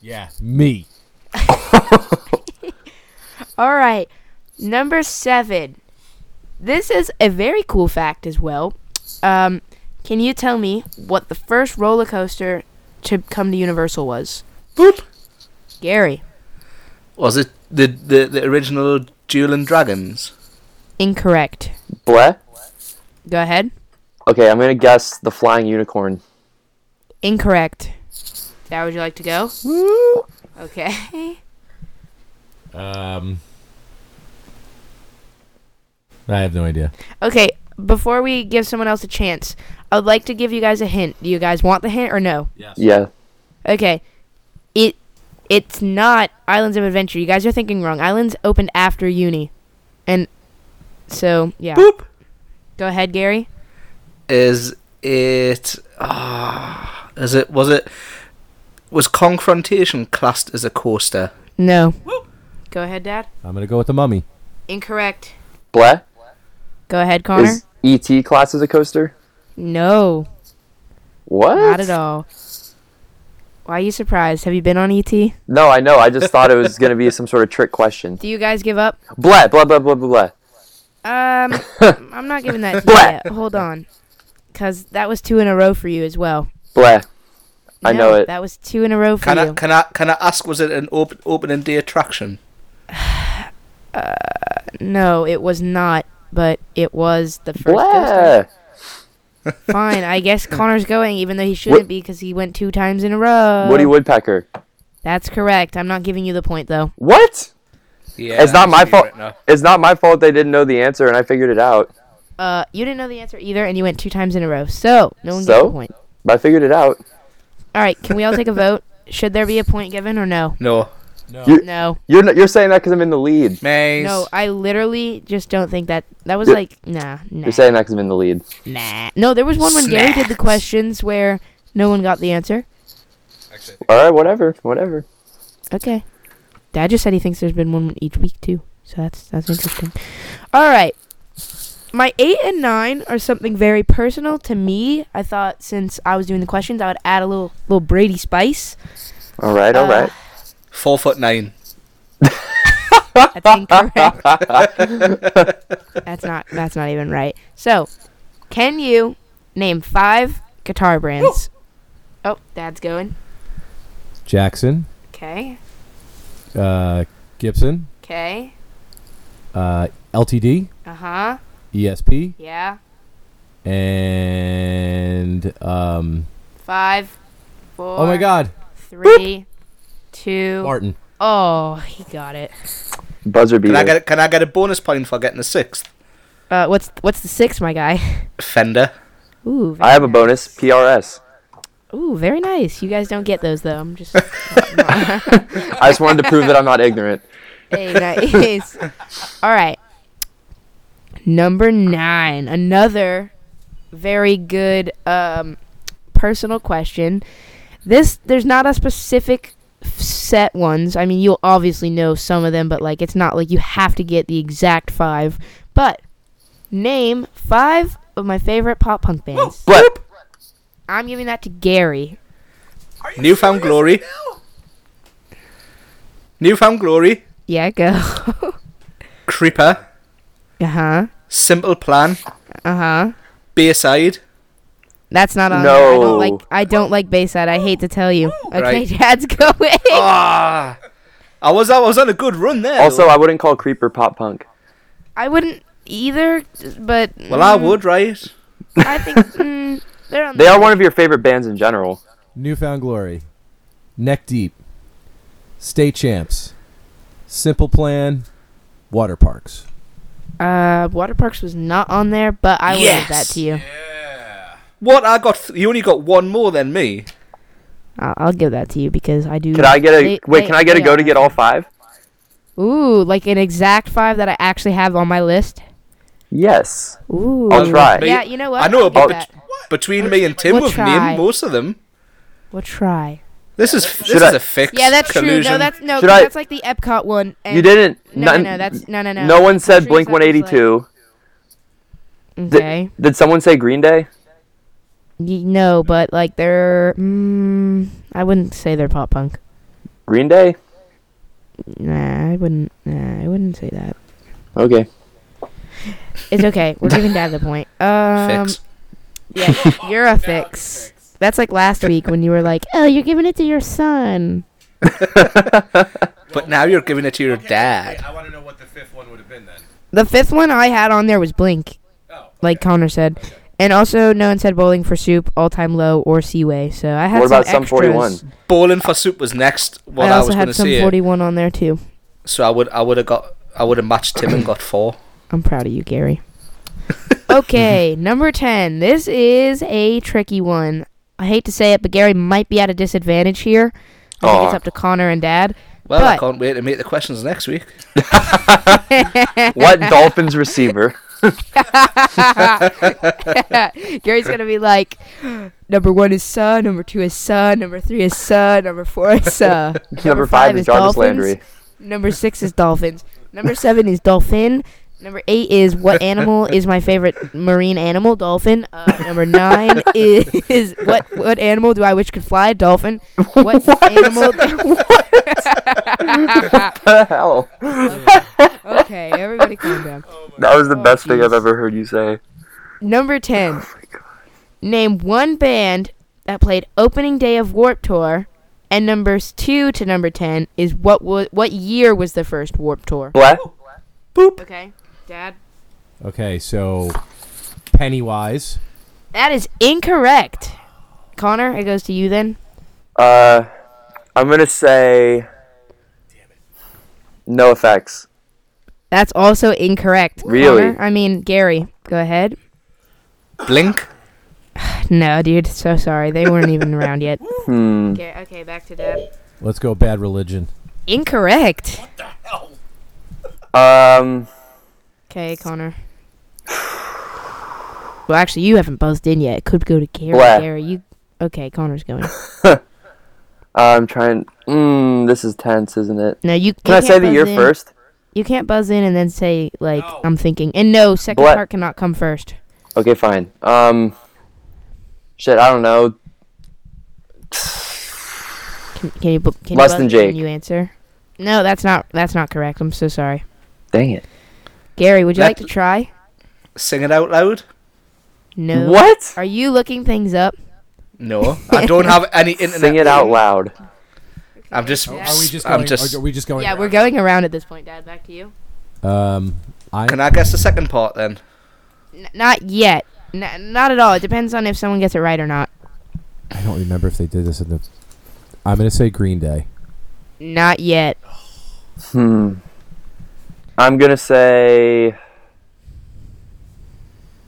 Speaker 8: Yeah, me.
Speaker 5: him. All right. Number seven. This is a very cool fact as well. Um, can you tell me what the first roller coaster to come to Universal was? Boop. Gary.
Speaker 1: Was it the the, the original Duel and Dragons?
Speaker 5: Incorrect.
Speaker 2: Bleh?
Speaker 5: Go ahead.
Speaker 2: Okay, I'm gonna guess the flying unicorn.
Speaker 5: Incorrect. That would you like to go? Okay. <laughs>
Speaker 8: Um, I have no idea.
Speaker 5: Okay. Before we give someone else a chance, I would like to give you guys a hint. Do you guys want the hint or no?
Speaker 2: Yeah.
Speaker 5: Okay. It it's not Islands of Adventure. You guys are thinking wrong. Islands opened after uni. And so, yeah.
Speaker 1: Boop.
Speaker 5: Go ahead, Gary.
Speaker 1: Is it? Ah, is it? Was it? Was Confrontation classed as a coaster?
Speaker 5: No. Go ahead, Dad.
Speaker 8: I'm gonna go with the mummy.
Speaker 5: Incorrect.
Speaker 2: Bleh?
Speaker 5: Go ahead, Connor.
Speaker 2: Is ET class as a coaster?
Speaker 5: no.
Speaker 2: What?
Speaker 5: Not at all. Why are you surprised? Have you been on E ET? Do
Speaker 2: No, I know. I just thought it was gonna be some sort of trick question.
Speaker 5: you guys give up?
Speaker 2: Bleh, blah blah blah blah blah. <laughs>
Speaker 5: Um, I'm not giving that to you
Speaker 2: Blah.
Speaker 5: yet. Hold on. Because that was two in a row for you as well.
Speaker 2: Bleh. I know
Speaker 5: No,
Speaker 2: it.
Speaker 5: That was two in a row for
Speaker 1: Can
Speaker 5: you.
Speaker 1: I can I can I ask? Was it an open opening day attraction?
Speaker 5: No, it was not, but it was the first ghost.
Speaker 2: Bleh.
Speaker 5: Hunter. Fine,
Speaker 2: <laughs>
Speaker 5: I guess Connor's going, even though he shouldn't be because he went two times in a row.
Speaker 2: Woody Woodpecker.
Speaker 5: That's correct. I'm not giving you the point, though.
Speaker 2: What?
Speaker 1: Yeah,
Speaker 2: It's not
Speaker 1: I'm
Speaker 2: my
Speaker 1: seeing
Speaker 2: fault.
Speaker 1: it now.
Speaker 2: It's not my fault they didn't know the answer and I figured it out.
Speaker 5: Uh, you didn't know the answer either, and you went two times in a row, so no one gets
Speaker 2: So?
Speaker 5: a point.
Speaker 2: But I figured it out.
Speaker 5: All right, can we all take a vote? Should there be a point given or no?
Speaker 1: No,
Speaker 5: No,
Speaker 2: You're n- you're saying that because I'm in the lead.
Speaker 1: maze.
Speaker 5: no. I literally just don't think that. That was
Speaker 2: Yeah.
Speaker 5: like nah, nah,
Speaker 2: You're saying that because I'm in the lead.
Speaker 5: nah. No, there was one when Gary did the questions where no one got the answer.
Speaker 2: All right, whatever, whatever.
Speaker 5: Okay. Dad just said he thinks there's been one each week too. So that's that's interesting. All right. My 8 and 9 are something very personal to me. I thought since I was doing the questions, I would add a little little Brady spice.
Speaker 2: All right, all
Speaker 5: Uh,
Speaker 2: right.
Speaker 1: Four foot nine.
Speaker 5: That's incorrect. that's not that's not even right. So, can you name 5 guitar brands? Oh, dad's going.
Speaker 8: Jackson,
Speaker 5: Okay.
Speaker 8: uh, Gibson,
Speaker 5: Okay.
Speaker 8: uh, LTD,
Speaker 5: Uh-huh.
Speaker 8: E ESP,
Speaker 5: Yeah.
Speaker 8: and um.
Speaker 5: Five, four,
Speaker 8: Oh my God,
Speaker 5: three, two.
Speaker 8: Martin.
Speaker 5: Oh, he got it.
Speaker 2: Buzzer
Speaker 1: Can
Speaker 2: beater.
Speaker 1: I get a, can I get a bonus point for getting the sixth?
Speaker 5: Uh, what's what's the six, my guy? <laughs>
Speaker 1: Fender.
Speaker 5: Ooh,
Speaker 2: I have a
Speaker 5: very
Speaker 2: bonus. PRS.
Speaker 5: nice. Ooh, very nice. You guys don't get those though. I'm just
Speaker 2: I just wanted to prove that I'm not
Speaker 5: <laughs>
Speaker 2: ignorant.
Speaker 5: hey, nice. <laughs> All right, number nine. Another very good um personal question. This there's not a specific f- set ones. I mean, you'll obviously know some of them, but like it's not like you have to get the exact five. But name five of my favorite pop punk bands.
Speaker 2: Blip.
Speaker 5: I'm giving that to Gary.
Speaker 1: Newfound Glory. Newfound Glory.
Speaker 5: Yeah, go. <laughs>
Speaker 1: Creeper.
Speaker 5: uh huh.
Speaker 1: Simple Plan.
Speaker 5: Uh huh.
Speaker 1: Bayside.
Speaker 5: That's not on.
Speaker 2: No.
Speaker 5: there. I don't like. I don't like Bayside. I hate to tell you. Okay, <laughs>
Speaker 1: Right.
Speaker 5: Dad's going.
Speaker 1: Ah, I was I was on a good run there.
Speaker 2: Also,
Speaker 1: though.
Speaker 2: I wouldn't call Creeper pop punk.
Speaker 5: I wouldn't either, but
Speaker 1: well, I would, right?
Speaker 5: I think mm, they're
Speaker 2: <laughs>
Speaker 5: on.
Speaker 2: They are one of your favorite bands in general.
Speaker 8: Newfound Glory, Neck Deep, State Champs, Simple Plan, Water Parks.
Speaker 5: Uh, Water Parks was not on there, but I will give
Speaker 1: Yes.
Speaker 5: that to you.
Speaker 1: What I got? Th- you only got one more than me.
Speaker 5: I'll, I'll give that to you because I do.
Speaker 2: Can I get a
Speaker 5: they-
Speaker 2: wait?
Speaker 5: they-
Speaker 2: Can I get a
Speaker 5: they
Speaker 2: go to
Speaker 5: are.
Speaker 2: get all five?
Speaker 5: Ooh, like an exact five that I actually have on my list.
Speaker 2: Yes.
Speaker 5: Ooh.
Speaker 2: I'll try.
Speaker 5: Yeah, you know what?
Speaker 1: I know
Speaker 5: I'll give
Speaker 1: about
Speaker 5: that.
Speaker 1: bet- between me and Tim,
Speaker 5: We'll
Speaker 1: we've
Speaker 5: try.
Speaker 1: named most of them.
Speaker 5: We'll try.
Speaker 1: This is this
Speaker 2: Should
Speaker 1: is
Speaker 2: I-
Speaker 1: a fix.
Speaker 5: Yeah, that's
Speaker 1: collusion.
Speaker 5: true. No, that's no.
Speaker 2: Should I-
Speaker 5: that's like the Epcot one. And
Speaker 2: You didn't.
Speaker 5: No, no,
Speaker 2: none-
Speaker 5: no, that's no, no, no.
Speaker 2: No one
Speaker 5: I'm
Speaker 2: said
Speaker 5: sure
Speaker 2: Blink
Speaker 5: Zach was like-
Speaker 2: 182.
Speaker 5: Okay.
Speaker 2: Did someone say Green Day?
Speaker 5: Y- no, but like they're. Mm, I wouldn't say they're pop punk.
Speaker 2: Green Day?
Speaker 5: Nah, I wouldn't. Nah, I wouldn't say that.
Speaker 2: Okay. <laughs>
Speaker 5: It's okay. We're giving Dad the point. Um,
Speaker 1: Fix. <laughs>
Speaker 5: Yeah, you're a fix. That's
Speaker 2: <laughs>
Speaker 5: like last week when you were like, "Oh, you're giving it to your son."
Speaker 1: But now you're giving it to your dad.
Speaker 7: I want to know what the fifth one would have been then.
Speaker 5: The fifth one I had on there was Blink,
Speaker 7: Oh,
Speaker 5: like Connor said, and also no one said Bowling for Soup, All Time Low, or Seaway. So I had
Speaker 2: What about
Speaker 5: some
Speaker 2: Sum
Speaker 5: extras.
Speaker 2: 41?
Speaker 1: Bowling for Soup was next. What
Speaker 5: I
Speaker 1: I,
Speaker 5: also
Speaker 1: was going
Speaker 5: had
Speaker 1: to
Speaker 5: some
Speaker 1: say.
Speaker 5: 41 on there too.
Speaker 1: So I would I would have got I would have matched Tim and got four.
Speaker 5: I'm proud of you, Gary. okay, number 10. This is a tricky one. I hate to say it, but Gary might be at a disadvantage here. I think it's
Speaker 2: Aw.
Speaker 5: up to Connor and Dad.
Speaker 1: Well, I
Speaker 5: But-
Speaker 1: can't wait to meet the questions next week.
Speaker 5: <laughs>
Speaker 2: What Dolphins receiver? <laughs>
Speaker 5: <laughs> Gary's going to be like, number one is Sa, number two is Sa, number three is Sa, number four is Sa.
Speaker 2: <laughs> Number five is Jarvis Landry.
Speaker 5: Number six is dolphins. Number seven is dolphin. Number eight is what animal is my favorite marine animal? Dolphin. Uh, number
Speaker 2: <laughs>
Speaker 5: nine is, is what what animal do I wish could fly? Dolphin.
Speaker 2: <laughs>
Speaker 5: What, animal? <laughs>
Speaker 2: the hell?
Speaker 5: okay, everybody calm down.
Speaker 2: That was the
Speaker 5: Oh,
Speaker 2: best thing
Speaker 5: jeez.
Speaker 2: I've ever heard you say. Oh
Speaker 5: Number ten. Name one band that played opening day of Warp Tour, and numbers two to number ten is what was what year was the first Warp Tour?
Speaker 2: What?
Speaker 5: Okay, Dad.
Speaker 8: Okay, so Pennywise.
Speaker 5: That is incorrect. Connor, it goes to you then.
Speaker 2: Uh, I'm gonna say. No effects.
Speaker 5: That's also incorrect.
Speaker 2: Really?
Speaker 5: Connor, I mean, Gary, go ahead.
Speaker 1: Blink.
Speaker 5: No, dude, so sorry. They weren't even around yet.
Speaker 2: <laughs> Hmm.
Speaker 5: Okay, okay, back to Dad.
Speaker 8: Let's go Bad Religion.
Speaker 5: Incorrect.
Speaker 2: Um.
Speaker 5: Okay, Connor. Well, actually, you haven't buzzed in yet. It could go to Gary.
Speaker 2: What?
Speaker 5: Gary, you. Okay, Connor's going.
Speaker 2: I'm trying. Mm, this is tense, isn't it?
Speaker 5: No, you.
Speaker 2: Can
Speaker 5: you
Speaker 2: I
Speaker 5: can't
Speaker 2: say the
Speaker 5: buzz
Speaker 2: year
Speaker 5: in.
Speaker 2: first?
Speaker 5: You can't buzz in and then say like
Speaker 7: No.
Speaker 5: I'm thinking. And no, second
Speaker 2: What?
Speaker 5: part cannot come first.
Speaker 2: Okay, fine. Um. Shit, I don't know.
Speaker 5: Can, can you? bu-
Speaker 2: Less than
Speaker 5: Can you buzz in and
Speaker 2: Jake.
Speaker 5: You answer. No, that's not. That's not correct. I'm so sorry.
Speaker 2: Dang it.
Speaker 5: Gary, would you like
Speaker 1: That-
Speaker 5: to try?
Speaker 1: Sing it out loud.
Speaker 5: No.
Speaker 2: What?
Speaker 5: Are you looking things up?
Speaker 1: No, I don't have any internet.
Speaker 2: <laughs> Sing it out loud.
Speaker 1: I'm just.
Speaker 8: Are we just
Speaker 1: I'm
Speaker 8: going?
Speaker 1: just.
Speaker 8: Are we just going?
Speaker 5: Oh, Yeah, we're going around at this point, Dad. Back to you.
Speaker 8: Um, I
Speaker 1: Can I guess the second part then? <laughs>
Speaker 5: N- not yet. N- not at all. It depends on if someone gets it right or not.
Speaker 8: I don't remember if they did this in the. I'm gonna say Green Day.
Speaker 5: Not yet.
Speaker 2: Hmm. I'm gonna say.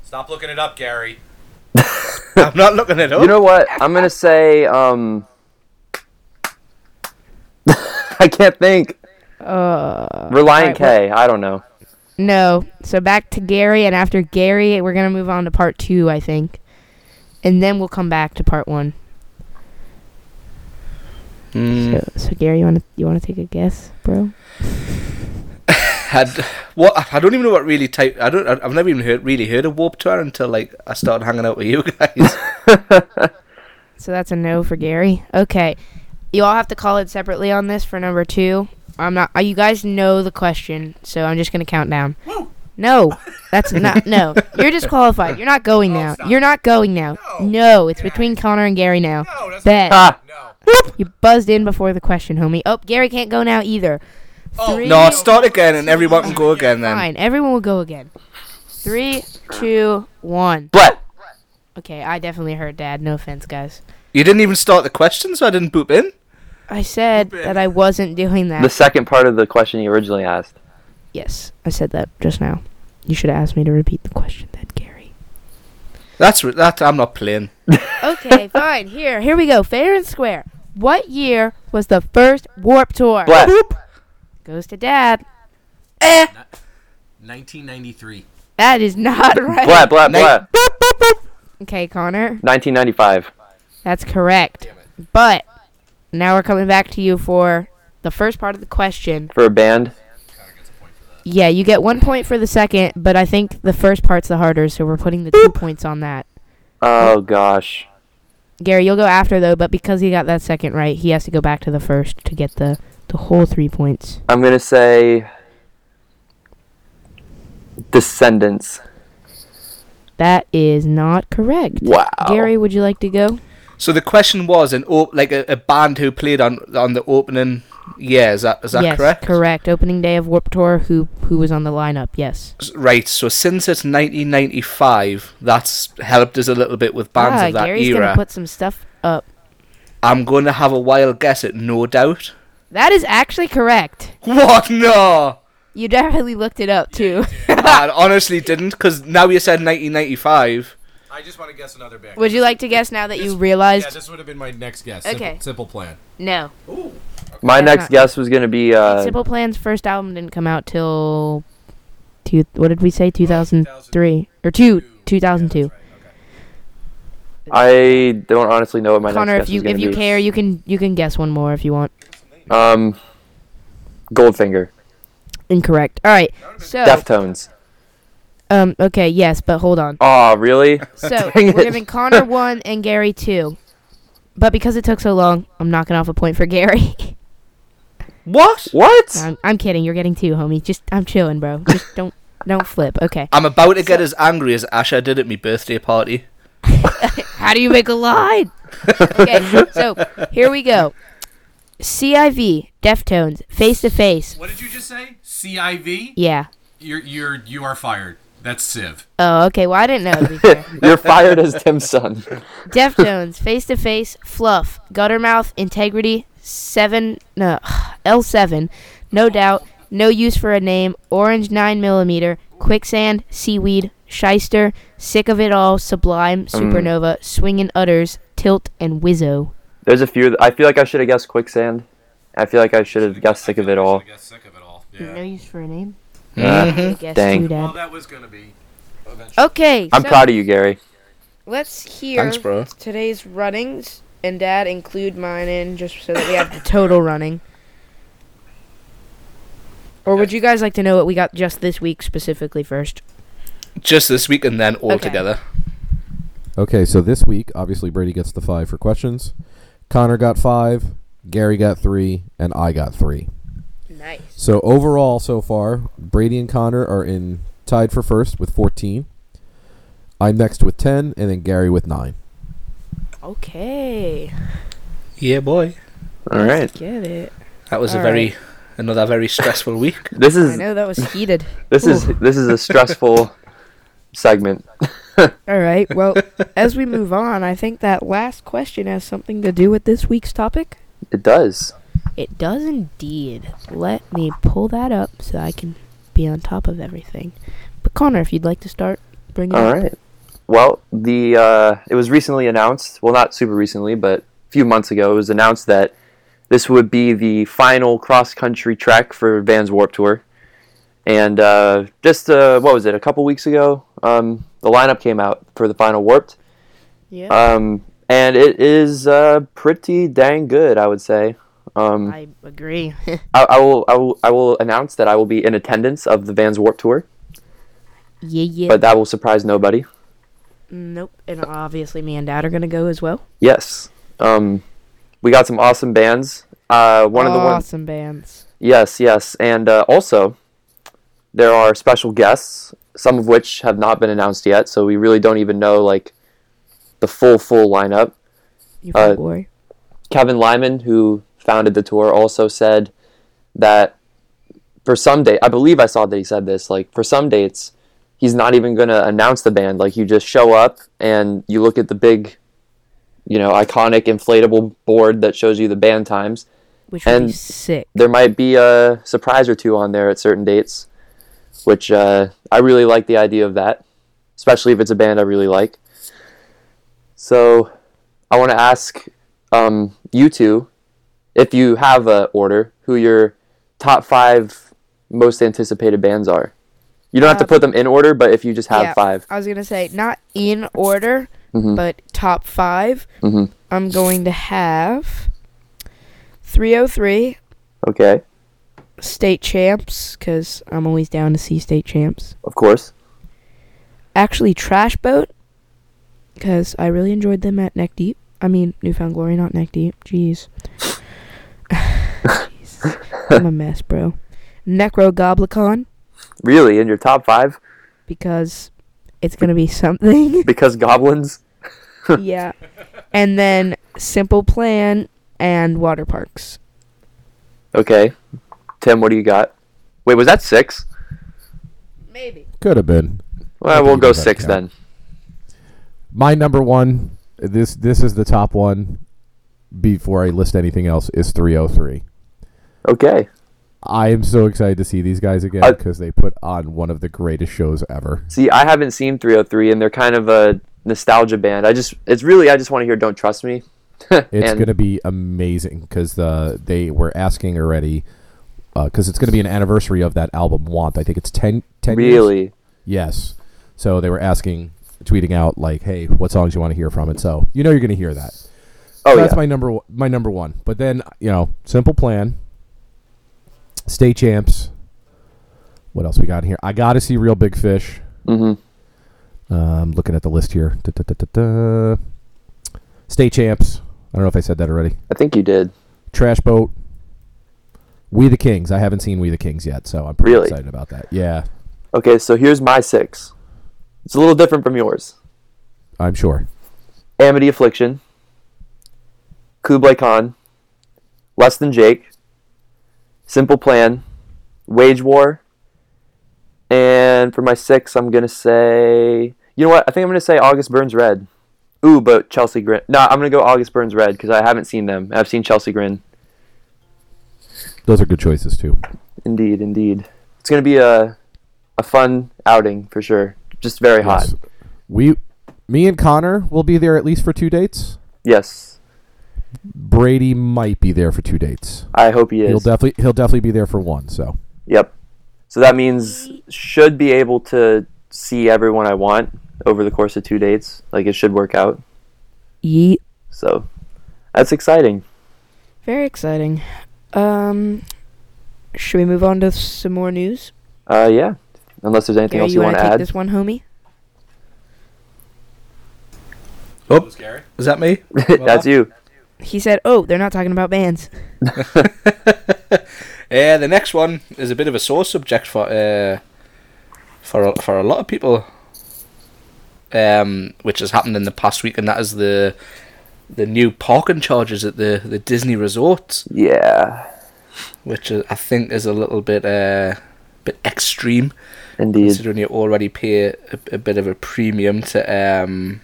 Speaker 7: Stop looking it up, Gary.
Speaker 1: I'm not looking it up.
Speaker 2: You know what? I'm gonna say. Um. <laughs> I can't think.
Speaker 5: Uh,
Speaker 2: Reliant
Speaker 5: all right,
Speaker 2: K. I don't know.
Speaker 5: no. So back to Gary, and after Gary, we're gonna move on to part two, I think, and then we'll come back to part one.
Speaker 1: Hmm.
Speaker 5: So, so Gary, you wanna you wanna take a guess, bro?
Speaker 1: had what I don't even know what really type. I don't. I've never even heard really heard of Warp Tour until like I started hanging out with you <laughs> guys.
Speaker 5: So that's a no for Gary. Okay, you all have to call it separately on this for number two. I'm not. Uh, you guys know the question, so I'm just gonna count down. No, that's not.
Speaker 7: <laughs>
Speaker 5: No, you're disqualified. You're not going now.
Speaker 7: Oh, stop.
Speaker 5: You're not going now. No,
Speaker 7: No.
Speaker 5: it's between Connor and Gary now.
Speaker 8: Oh,
Speaker 7: No, that's
Speaker 5: Bet.
Speaker 2: Ah.
Speaker 7: no.
Speaker 5: You buzzed in before the question, homie. Oh, Gary can't go now either. Three-
Speaker 1: no, I'll start again and everyone can go again then.
Speaker 5: Fine, everyone will go again. Three, two, one.
Speaker 2: But
Speaker 5: Okay, I definitely heard Dad. No offense, guys.
Speaker 1: You didn't even start the question, so I didn't boop in.
Speaker 5: I said that I wasn't doing that.
Speaker 2: the second part of the question you originally asked.
Speaker 5: Yes, I said that just now. You should have asked me to repeat the question then, Gary.
Speaker 1: That's r- that. I'm not playing.
Speaker 2: <laughs>
Speaker 5: <laughs> Okay, fine. Here, here we go. Fair and square. What year was the first Warp Tour?
Speaker 2: What?
Speaker 5: Goes to Dad.
Speaker 7: 1993.
Speaker 5: That is not <laughs> right.
Speaker 2: Blah blah blah.
Speaker 5: Okay, Connor.
Speaker 2: 1995.
Speaker 5: That's correct. But now we're coming back to you for the first part of the question.
Speaker 2: for a band.
Speaker 5: Yeah, you get one point for the second, but I think the first part's the harder, so we're putting the two points on that.
Speaker 2: Oh gosh.
Speaker 5: Gary, you'll go after though, but because he got that second right, he has to go back to the first to get the the whole three points.
Speaker 2: I'm gonna say Descendants.
Speaker 5: That is not correct.
Speaker 2: Wow.
Speaker 5: Gary, would you like to go?
Speaker 1: So the question was an op- like a, a band who played on on the opening. Yeah, is that is that
Speaker 5: yes,
Speaker 1: correct?
Speaker 5: Opening day of Warp Tour. Who who was on the lineup? Yes.
Speaker 1: S- Right. So since it's 1995, that's helped us a little bit with bands
Speaker 5: ah,
Speaker 1: of that
Speaker 5: Gary's
Speaker 1: era.
Speaker 5: gonna put some stuff up.
Speaker 1: I'm going to have a wild guess at No Doubt.
Speaker 5: That is actually correct.
Speaker 1: What? No. <laughs>
Speaker 5: You definitely looked it up too, <laughs>
Speaker 1: I honestly didn't because now you said 1995.
Speaker 7: I just want to guess another band.
Speaker 5: Would you like to guess now that you
Speaker 7: This-
Speaker 5: realized?
Speaker 7: Yeah, this would have been my next guess.
Speaker 5: Okay.
Speaker 7: Simple, simple plan.
Speaker 5: no.
Speaker 7: Ooh.
Speaker 2: My
Speaker 5: Yeah,
Speaker 2: next
Speaker 5: not-
Speaker 2: guess was gonna be uh,
Speaker 5: Simple Plan's first album didn't come out till two. What did we say? Two thousand three or two? Two thousand two.
Speaker 2: I don't honestly know what my
Speaker 5: Connor,
Speaker 2: next guess
Speaker 5: if you
Speaker 2: is
Speaker 5: if
Speaker 2: gonna
Speaker 5: you
Speaker 2: be.
Speaker 5: care, you can you can guess one more if you want.
Speaker 2: Um, Goldfinger,
Speaker 5: Incorrect. All right. So
Speaker 2: Deftones.
Speaker 5: um okay yes, but
Speaker 2: <laughs>
Speaker 5: hold on.
Speaker 2: Oh, really?
Speaker 5: So
Speaker 2: Dang
Speaker 5: we're
Speaker 2: it.
Speaker 5: giving Connor one and Gary two, but because it took so long, I'm knocking off a point for Gary. <laughs>
Speaker 1: What?
Speaker 2: What? <laughs>
Speaker 5: I'm, I'm kidding. You're getting two, homie. Just I'm chilling, bro. Just don't
Speaker 2: <laughs>
Speaker 5: don't flip. Okay.
Speaker 1: I'm about to get as angry as Asha did at my birthday party.
Speaker 5: How do you make a line? okay, so here we go. CIV, Deftones, Face to Face.
Speaker 7: What did you just say? CIV?
Speaker 5: Yeah.
Speaker 7: You're you're you are fired. That's Civ.
Speaker 5: Oh, okay. Well, I didn't know. <laughs> To be fair.
Speaker 2: You're fired as Tim's son. <laughs>
Speaker 5: Deftones, Face to Face, Fluff, Guttermouth, Integrity, Seven, no, <sighs> L7, No Doubt, No Use for a Name, Orange 9mm, Quicksand, Seaweed, Shyster, Sick of It All, Sublime,
Speaker 2: Mm.
Speaker 5: Supernova, Swingin' Utters, Tilt, and Wizzo.
Speaker 2: There's a few. I feel like I should have guessed Quicksand. I feel like I should have guessed Sick of It All.
Speaker 7: I guess sick of it all.
Speaker 5: No
Speaker 7: Yeah.
Speaker 5: Use for a Name?
Speaker 1: Ah.
Speaker 2: Uh,
Speaker 1: Mm-hmm.
Speaker 5: I guess
Speaker 2: Dang.
Speaker 5: too,
Speaker 7: Well,
Speaker 5: Dad.
Speaker 7: that was gonna be. Eventually.
Speaker 5: Okay,
Speaker 2: I'm
Speaker 5: so
Speaker 2: proud of you, Gary.
Speaker 5: let's hear
Speaker 1: Thanks, bro.
Speaker 5: today's runnings, and Dad include mine in just so that we have the total running. Or would you guys like to know what we got just this week specifically first?
Speaker 1: Just this week and then all
Speaker 5: Okay.
Speaker 1: together.
Speaker 3: Okay, so this week, obviously, Brady gets the five for questions. Connor got five, Gary got three, and I got three.
Speaker 5: Nice.
Speaker 3: So overall, so far, Brady and Connor are in tied for first with 14. I'm next with 10, and then Gary with nine.
Speaker 5: Okay.
Speaker 1: Yeah, boy.
Speaker 2: All right.
Speaker 5: Get it.
Speaker 1: That was a
Speaker 5: All
Speaker 1: very another very stressful week.
Speaker 2: <laughs> This
Speaker 5: I
Speaker 2: is
Speaker 5: know that was heated.
Speaker 2: this is this is a
Speaker 5: <laughs>
Speaker 2: stressful segment.
Speaker 5: All right.
Speaker 2: <laughs>
Speaker 5: Well, as we move on, I think that last question has something to do with this week's topic.
Speaker 2: It does.
Speaker 5: It does indeed. Let me pull that up so I can be on top of everything. But Connor, if you'd like to start, bring it
Speaker 2: All
Speaker 5: up.
Speaker 2: right. Well, the uh, it was recently announced. Well, not super recently, but a few months ago, it was announced that this would be the final cross country track for Vans Warp Tour. And uh, just uh, what was it? A couple weeks ago, um, the lineup came out for the final Warped.
Speaker 5: Yeah.
Speaker 2: Um, and it is uh, pretty dang good, I would say. Um,
Speaker 5: I agree. <laughs>
Speaker 2: I, I will I will I will announce that I will be in attendance of the Vans Warp Tour,
Speaker 5: yeah, yeah.
Speaker 2: but that will surprise nobody.
Speaker 5: nope. And obviously, me and Dad are gonna go as well.
Speaker 2: Yes. Um, we got some awesome bands. Uh, one of the ones.
Speaker 5: awesome bands.
Speaker 2: Yes, yes, and uh, also there are special guests, some of which have not been announced yet, so we really don't even know like the full full lineup.
Speaker 5: You
Speaker 2: Uh,
Speaker 5: boy.
Speaker 2: Kevin Lyman, who founded the tour, also said that for some date, I believe I saw that he said this, like for some dates, he's not even going to announce the band. Like you just show up and you look at the big, you know, iconic inflatable board that shows you the band times.
Speaker 5: Which would be
Speaker 2: and-
Speaker 5: sick.
Speaker 2: There might be a surprise or two on there at certain dates, which uh, I really like the idea of that, especially if it's a band I really like. So I want to ask um, you two, if you have a order, who your top five most anticipated bands are. You don't have to
Speaker 5: Uh,
Speaker 2: put them in order, but if you just have
Speaker 5: yeah.
Speaker 2: five, Mm-hmm, Mm.
Speaker 5: I was gonna say not in order, but top 5
Speaker 2: Mhm.
Speaker 5: I'm going to have 303,
Speaker 2: okay.
Speaker 5: state champs because I'm always down to see state champs.
Speaker 2: Of course.
Speaker 5: Actually, Trash Boat because I really enjoyed them at Neck Deep. I mean, Newfound Glory, not Neck Deep.
Speaker 2: <laughs>
Speaker 5: Jeez. Jeez. I'm a mess, bro. Necro Goblicon
Speaker 2: Really, in your top five?
Speaker 5: because it's gonna
Speaker 2: <laughs>
Speaker 5: be something. <laughs>
Speaker 2: Because goblins?
Speaker 5: yeah. And then Simple Plan and Water Parks.
Speaker 2: Okay. Tim, what do you got? Wait, was that six?
Speaker 5: Maybe.
Speaker 3: Could have been.
Speaker 2: Well,
Speaker 3: think
Speaker 2: we'll
Speaker 3: you
Speaker 2: go
Speaker 3: got that
Speaker 2: six then.
Speaker 3: count. My number one. This this is the top one. Before I list anything else, is 303.
Speaker 2: Okay.
Speaker 3: I am so excited to see these guys again
Speaker 2: I-
Speaker 3: because they put on one of the greatest shows ever.
Speaker 2: See, I haven't seen 303, and they're kind of a nostalgia band. I just, it's really, I just want to hear "Don't Trust Me." <laughs>
Speaker 3: It's
Speaker 2: and
Speaker 3: going to be amazing because the they were asking already because it's going to be an anniversary of that album Want. I think it's 10, 10 years?
Speaker 2: really,
Speaker 3: Yes. So they were asking, tweeting out like, "Hey, what songs you want to hear from it?" So you know you're going to hear that.
Speaker 2: oh
Speaker 3: So that's
Speaker 2: yeah,
Speaker 3: my number one, my number one. But then you know, simple plan. Stay champs. What else we got here? I got to see Real Big Fish.
Speaker 2: hmm
Speaker 3: Um, looking at the list here. Da, da, da, da, da. Stay champs. I don't know if I said that already.
Speaker 2: I think you did.
Speaker 3: Trash boat. We the Kings. I haven't seen We the Kings yet, so I'm pretty
Speaker 2: Really?
Speaker 3: excited about that. Yeah,
Speaker 2: Okay, so here's my six. It's a little different from yours.
Speaker 3: I'm sure.
Speaker 2: Amity Affliction, Kublai Khan, Less Than Jake, Simple Plan, Wage War, and for my six, I'm gonna say, you know what? I think I'm gonna say August Burns Red. Ooh, but Chelsea Grin. No, I'm gonna go August Burns Red because I haven't seen them. I've seen Chelsea Grin.
Speaker 3: Those are good choices too.
Speaker 2: Indeed, indeed. It's gonna be a a fun outing for sure. Just very hot.
Speaker 3: Yes. We, me and Connor will be there at least for two dates.
Speaker 2: Yes,
Speaker 3: Brady might be there for two dates.
Speaker 2: I hope he is.
Speaker 3: He'll definitely he'll definitely be there for one. So
Speaker 2: Yep. So that means should be able to see everyone I want over the course of two dates. Like it should work out.
Speaker 5: Yeet.
Speaker 2: So that's exciting.
Speaker 5: Very exciting. Um, should we move on to some more news?
Speaker 2: Uh, yeah. Unless there's anything
Speaker 5: Gary,
Speaker 2: else you, want to
Speaker 5: wanna take
Speaker 2: add.
Speaker 5: this one, homie?
Speaker 1: Oh.
Speaker 7: Who's Gary?
Speaker 1: Is that me?
Speaker 2: <laughs> that's you.
Speaker 5: He said, "Oh, they're not talking about bands."
Speaker 1: Uh, the next one is a bit of a sore subject for uh, for a, for a lot of people, um, which has happened in the past week, and that is the the new parking charges at the the Disney resorts,
Speaker 2: Yeah.
Speaker 1: which I think is a little bit uh, bit extreme
Speaker 2: Indeed.
Speaker 1: considering you already pay a, a bit of a premium to um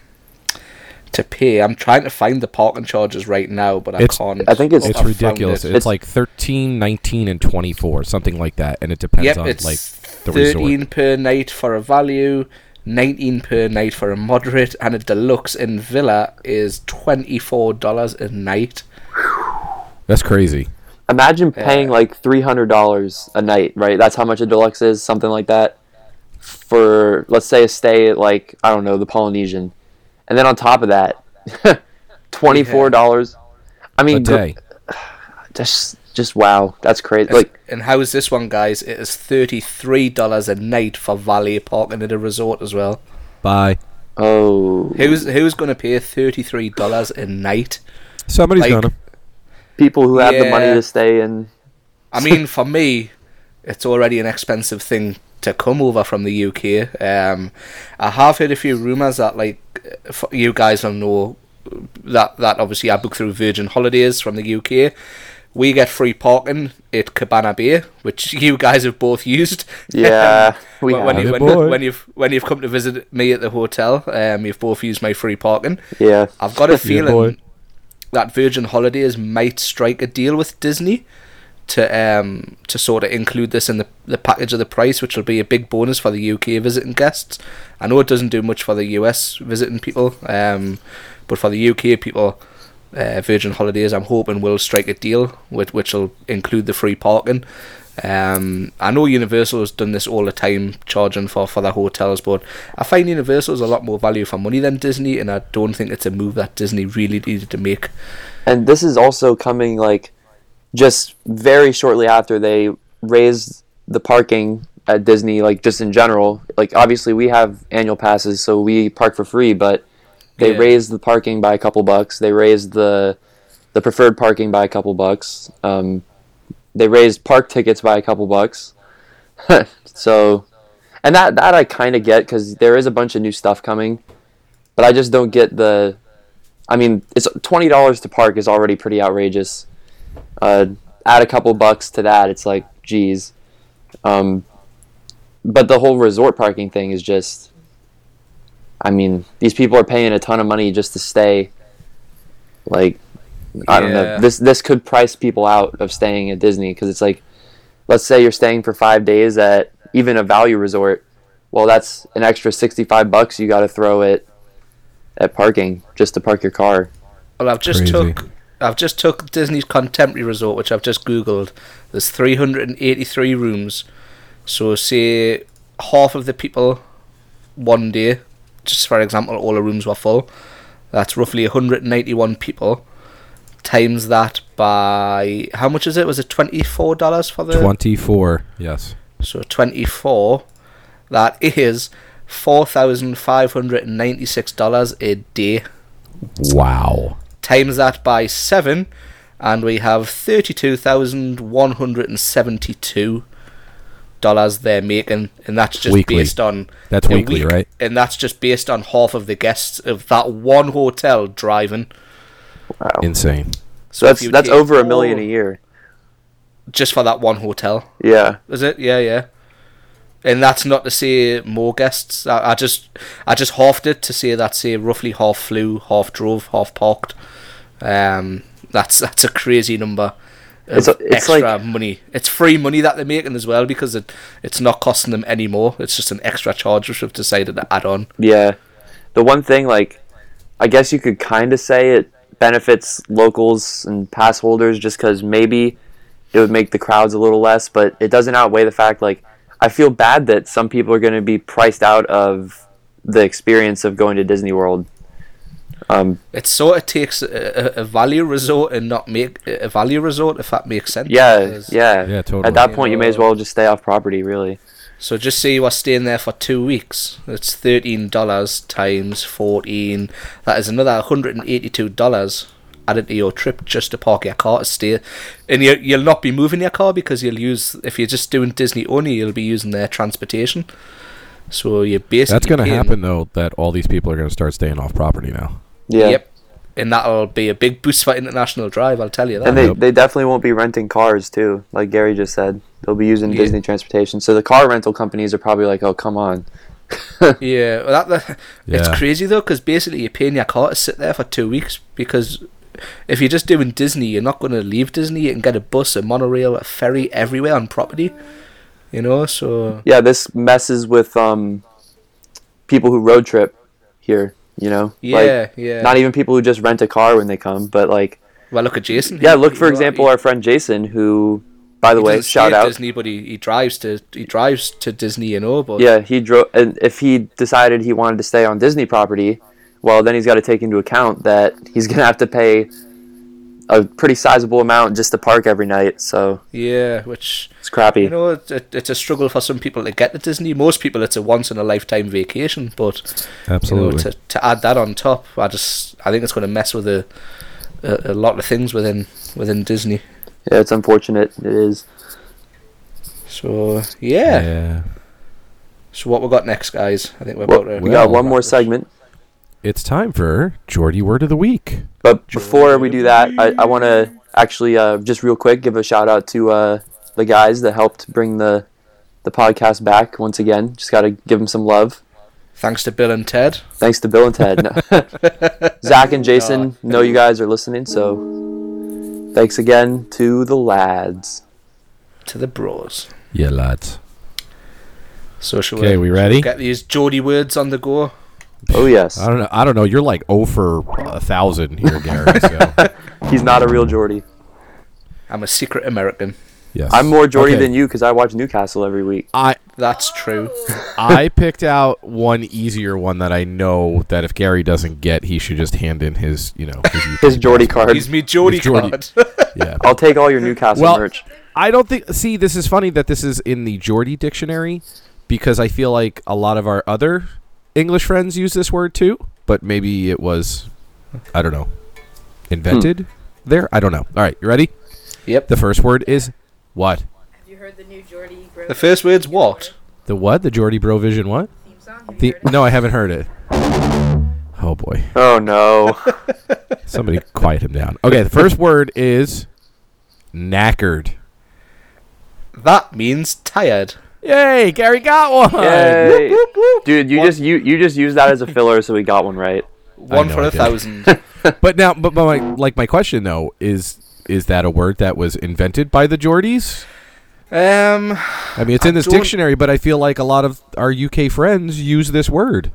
Speaker 1: to pay. I'm trying to find the parking charges right now, but I
Speaker 3: It's-
Speaker 1: can't.
Speaker 2: I think it's-
Speaker 1: I
Speaker 3: it's
Speaker 1: found
Speaker 3: ridiculous.
Speaker 1: it.
Speaker 3: It's, like 13, 19, and 24, something like that, and it depends
Speaker 1: Yep,
Speaker 3: on
Speaker 1: it's
Speaker 3: like the
Speaker 1: thirteen
Speaker 3: resort.
Speaker 1: per night for a value, nineteen per night for a moderate, and a deluxe in villa is twenty four dollars a night.
Speaker 3: That's crazy.
Speaker 2: Imagine paying like three hundred dollars a night, right? That's how much a deluxe is, something like that. For let's say a stay at like I don't know the Polynesian, and then on top of that, <laughs> twenty four dollars. I
Speaker 3: A
Speaker 2: mean, go-
Speaker 3: day.
Speaker 2: just just wow that's crazy
Speaker 1: It's-
Speaker 2: like
Speaker 1: and how is this one, guys? It is thirty three dollars a night for valet parking at a resort as well.
Speaker 3: Bye.
Speaker 2: oh
Speaker 1: Who's who's going to pay thirty three dollars a night?
Speaker 3: Somebody's
Speaker 1: Like-
Speaker 3: gonna.
Speaker 2: people who have the money
Speaker 1: Yeah.
Speaker 2: to stay
Speaker 1: <laughs>
Speaker 2: in
Speaker 1: I mean, for me, it's already an expensive thing to come over from the UK. Um, I have heard a few rumours that, like, f you guys will know that that obviously I book through Virgin Holidays from the UK. We get free parking at Cabana Bay, which <laughs> you guys have both used. Um,
Speaker 2: yeah <laughs> we
Speaker 1: when, when,
Speaker 2: have.
Speaker 1: you,
Speaker 3: Good
Speaker 1: when,
Speaker 3: boy.
Speaker 1: when you've when you've come to visit me at the hotel, um, you've both used my free parking.
Speaker 2: yeah
Speaker 1: I've
Speaker 3: <laughs>
Speaker 1: got a feeling
Speaker 3: boy.
Speaker 1: that Virgin Holidays might strike a deal with Disney to um to sort of include this in the the package of the price, which will be a big bonus for the UK visiting guests. I know it doesn't do much for the US visiting people, um, but for the UK people. Uh, Virgin Holidays, I'm hoping will strike a deal with which will include the free parking. Um, I know Universal has done this all the time, charging for for their hotels, but I find Universal's a lot more value for money than Disney, and I don't think it's a move that Disney really needed to make.
Speaker 2: and this is also coming like just very shortly after they raised the parking at Disney, like just in general. Like obviously we have annual passes, so we park for free, but they
Speaker 1: Yeah.
Speaker 2: raised the parking by a couple bucks. They raised the the preferred parking by a couple bucks. Um, they raised park tickets by a couple bucks. <laughs> so, and that that I kind of get because there is a bunch of new stuff coming, but I just don't get the. I mean, it's twenty dollars to park is already pretty outrageous. Uh, add a couple bucks to that, it's like, geez. Um, but the whole resort parking thing is just. I mean, these people are paying a ton of money just to stay. Like, I don't
Speaker 1: Yeah.
Speaker 2: know. This this could price people out of staying at Disney because it's like, let's say you're staying for five days at even a value resort. Well, that's an extra sixty-five bucks you got to throw at at parking just to park your car.
Speaker 1: Well, I've just
Speaker 3: Crazy.
Speaker 1: took I've just took Disney's Contemporary Resort, which I've just googled. There's 383 rooms, so say half of the people one day, just for example, all the rooms were full. That's roughly 191 people. Times that by how much is it? Was it twenty four dollars for the
Speaker 3: 24. Yes.
Speaker 1: so 24, that is $4,596 a day.
Speaker 3: Wow.
Speaker 1: Times that by 7, and we have $32,172 they're making, and that's just
Speaker 3: Weekly.
Speaker 1: based on.
Speaker 3: That's
Speaker 1: a
Speaker 3: weekly,
Speaker 1: week,
Speaker 3: right?
Speaker 1: And that's just based on half of the guests of that one hotel driving.
Speaker 3: Insane.
Speaker 2: So
Speaker 1: if
Speaker 2: that's
Speaker 1: you
Speaker 2: that's
Speaker 1: take
Speaker 2: over a million
Speaker 1: all-
Speaker 2: a year.
Speaker 1: Just for that one hotel.
Speaker 2: Yeah.
Speaker 1: Is it? Yeah, yeah. And that's not to say more guests. I, I just, I just halved it to say that say roughly half flew, half drove, half parked. Um, that's that's a crazy number. Of
Speaker 2: It's a- it's
Speaker 1: extra
Speaker 2: like-
Speaker 1: money. It's free money that they're making as well because it, it's not costing them any more. It's just an extra charge which they've decided to add on.
Speaker 2: Yeah. The one thing, like, I guess you could kind of say it benefits locals and pass holders just because maybe it would make the crowds a little less, but it doesn't outweigh the fact, like, I feel bad that some people are going to be priced out of the experience of going to Disney World. Um,
Speaker 1: It sort of takes a, a, a value resort and not make a value resort if that makes sense.
Speaker 2: yeah,
Speaker 1: Because-
Speaker 2: yeah.
Speaker 3: Yeah, totally.
Speaker 2: At that point, you may as well just stay off property, really.
Speaker 1: So just say you are staying there for two weeks. That's thirteen dollars times fourteen. That is another hundred and eighty-two dollars added to your trip just to park your car to stay. And you you'll not be moving your car because you'll use if you're just doing Disney only, you'll be using their transportation. So you're basically
Speaker 3: That's going to
Speaker 1: paying-
Speaker 3: happen, though, that all these people are going to start staying off property now.
Speaker 2: Yeah.
Speaker 1: Yep. And that'll be a big boost for international drive. I'll tell you that.
Speaker 2: And they,
Speaker 3: Yep.
Speaker 2: they definitely won't be renting cars too, like Gary just said. They'll be using
Speaker 1: Yeah.
Speaker 2: Disney transportation. So the car rental companies are probably like, "Oh, come on."
Speaker 1: Yeah, well, that, that <laughs> it's
Speaker 3: Yeah.
Speaker 1: crazy though, because basically you're paying your car to sit there for two weeks. Because if you're just doing Disney, you're not going to leave Disney. You can get a bus, a monorail, a ferry everywhere on property. You know, so
Speaker 2: Yeah, this messes with um people who road trip here, you know?
Speaker 1: yeah,
Speaker 2: Like
Speaker 1: yeah.
Speaker 2: not even people who just rent a car when they come, but like
Speaker 1: well, look at Jason.
Speaker 2: yeah,
Speaker 1: He-
Speaker 2: look for
Speaker 1: he-
Speaker 2: example
Speaker 1: he-
Speaker 2: our friend Jason who by the
Speaker 1: he
Speaker 2: way,
Speaker 1: doesn't stay
Speaker 2: shout
Speaker 1: at
Speaker 2: out.
Speaker 1: Disney, but he, he drives to he drives to Disney, you know. But
Speaker 2: Yeah, he drove and if he decided he wanted to stay on Disney property, well then he's got to take into account that he's going to have to pay a pretty sizable amount just to park every night, so
Speaker 1: yeah, which
Speaker 2: it's crappy.
Speaker 1: you know, it, it, it's a struggle for some people to get to Disney. Most people, it's a once in a lifetime vacation, but you know,
Speaker 3: Absolutely.
Speaker 1: to, to add that on top, I just I think it's going to mess with a, a a lot of things within within Disney.
Speaker 2: Yeah, it's unfortunate. It is.
Speaker 1: So yeah. So what we got next, guys? I think we're
Speaker 2: Well,
Speaker 1: about to.
Speaker 2: we got
Speaker 3: Well,
Speaker 2: one more segment,
Speaker 3: It's time for Geordie Word of the Week.
Speaker 2: but before we do that, I, I want to actually uh, just real quick give a shout out to uh, the guys that helped bring the the podcast back once again. Just got to give them some love.
Speaker 1: Thanks to Bill and Ted.
Speaker 2: Thanks to Bill and Ted, No. Zach and Jason. Know you guys are listening, so thanks again to the lads.
Speaker 1: To the bros.
Speaker 3: Yeah, lads.
Speaker 1: So shall
Speaker 3: Okay,
Speaker 1: we
Speaker 3: we ready?
Speaker 1: get these Geordie words on the go?
Speaker 2: Oh yes,
Speaker 3: I don't know. I don't know. You're like 0 for a thousand here,
Speaker 1: <laughs>
Speaker 3: Gary. So.
Speaker 2: he's not a real Geordie.
Speaker 1: I'm a secret American.
Speaker 3: yes.
Speaker 2: I'm more Geordie
Speaker 3: Okay.
Speaker 2: than you because I watch Newcastle every week.
Speaker 3: I
Speaker 1: That's true.
Speaker 2: Oh.
Speaker 3: I <laughs> picked out one easier one that I know that if Gary doesn't get, he should just hand in his you know
Speaker 2: <laughs>
Speaker 3: his,
Speaker 2: His Geordie card.
Speaker 1: He's me Geordie
Speaker 3: <laughs> He's Geordie.
Speaker 1: card.
Speaker 3: Yeah.
Speaker 2: I'll take all your Newcastle
Speaker 3: Well-
Speaker 2: merch.
Speaker 3: I don't think. See, this is funny that this is in the Geordie dictionary because I feel like a lot of our other English friends use this word too, but maybe it was, I don't know, invented there? I don't know. All right, you ready?
Speaker 1: Yep.
Speaker 3: The first word is what?
Speaker 5: Have you heard the new Jordy
Speaker 1: The first word's what?
Speaker 3: The what? The Geordie Bro Vision what?
Speaker 5: theme song? Have
Speaker 3: The No, I haven't heard it. Oh boy.
Speaker 2: Oh no.
Speaker 3: Somebody quiet him down. Okay, the first word is knackered.
Speaker 1: That means tired.
Speaker 3: Yay, Gary got one.
Speaker 2: Yay. Dude, you just you you just used that as a filler, so we got one right.
Speaker 1: One
Speaker 3: know
Speaker 1: for
Speaker 3: I
Speaker 1: a
Speaker 3: did. <laughs>
Speaker 1: thousand.
Speaker 3: <laughs> But now but, but my like my question though is is that a word that was invented by the Geordies?
Speaker 1: um,
Speaker 3: I mean, it's in this
Speaker 1: don't-
Speaker 3: dictionary, but I feel like a lot of our UK friends use this word.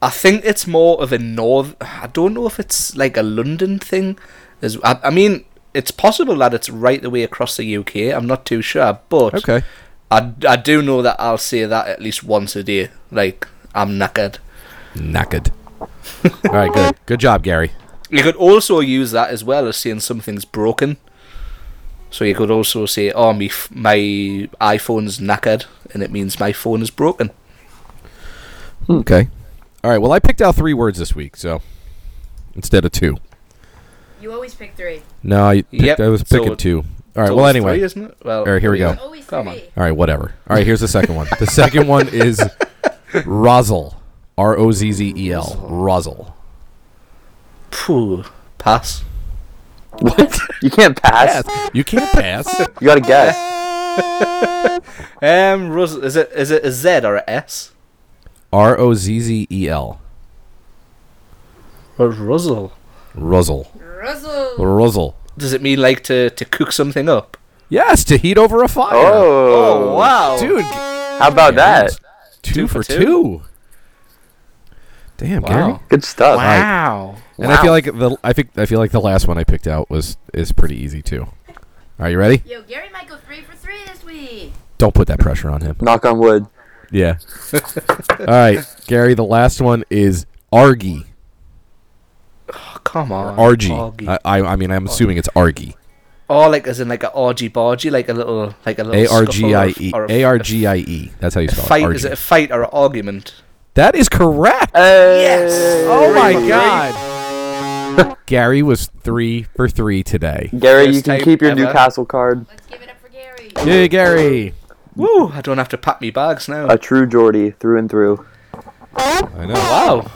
Speaker 1: I think it's more of a north. I don't know if it's like a London thing. As I, I mean, it's possible that it's right the way across the UK. I'm not too sure, but
Speaker 3: Okay.
Speaker 1: I, I do know that I'll say that at least once a day. Like I'm knackered.
Speaker 3: Knackered. All right, good. Good job, Gary.
Speaker 1: You could also use that as well as saying something's broken. So you could also say, "Oh, me, f- my iPhone's knackered," and it means my phone is broken.
Speaker 3: Okay. All right, well, I picked out three words this week, so instead of two.
Speaker 5: You always pick three.
Speaker 3: No, I, picked,
Speaker 1: Yep,
Speaker 3: I was
Speaker 1: so
Speaker 3: picking
Speaker 1: it-
Speaker 3: two. All right,
Speaker 1: So
Speaker 3: well,
Speaker 1: it's
Speaker 3: anyway.
Speaker 1: three, isn't it? Well,
Speaker 3: All right, here we go.
Speaker 1: All
Speaker 5: Always
Speaker 1: Come on.
Speaker 5: three.
Speaker 3: All right, whatever. All right, here's the second one. The second one is Rozzle. R O Z Z E L. Rozzle.
Speaker 1: Phew, pass.
Speaker 2: What? You can't pass.
Speaker 3: You can't pass.
Speaker 2: You gotta guess.
Speaker 1: Um, Ros- is it is it a Z or a S?
Speaker 3: R O Z Z E L.
Speaker 1: Or Ruzzle?
Speaker 3: Rozzle.
Speaker 5: Russell.
Speaker 3: Rozzle.
Speaker 1: Does it mean like to, to cook something up?
Speaker 3: Yes, to heat over a fire.
Speaker 2: Oh,
Speaker 1: wow!
Speaker 3: Dude,
Speaker 2: how about that?
Speaker 3: Two,
Speaker 1: Two
Speaker 3: for
Speaker 1: for
Speaker 3: two.
Speaker 1: two.
Speaker 3: Damn, Gary.
Speaker 1: Wow!
Speaker 2: Good stuff.
Speaker 1: Wow!
Speaker 3: And I feel like the I think I feel like the last one I picked out was is pretty easy too. Are you ready?
Speaker 5: Yo, Gary might go three for three this week.
Speaker 3: Don't put that pressure on him.
Speaker 2: Knock on wood.
Speaker 3: Yeah. All right, Gary. The last one is argy.
Speaker 1: Oh, come on,
Speaker 3: Argy.
Speaker 1: Argy.
Speaker 3: I, I I mean I'm assuming it's argy.
Speaker 1: or Oh, like as in like a argy bargy, like a little like a little
Speaker 3: A R G I E
Speaker 1: scuffle or a- or a-
Speaker 3: A R G I E. That's how you
Speaker 1: a
Speaker 3: spell it.
Speaker 1: Fight
Speaker 3: argy.
Speaker 1: is it a fight or an argument?
Speaker 3: that is correct.
Speaker 2: Yes.
Speaker 3: Oh my God.
Speaker 1: <laughs>
Speaker 3: Gary was three for three today.
Speaker 2: Gary,
Speaker 1: First
Speaker 2: you can
Speaker 1: time
Speaker 2: keep your
Speaker 1: ever.
Speaker 2: Newcastle card.
Speaker 5: Let's give it up for Gary.
Speaker 3: Yay, Gary.
Speaker 1: Woo! I don't have to pack me bags now.
Speaker 2: A true Geordie through and through.
Speaker 3: I know.
Speaker 1: wow!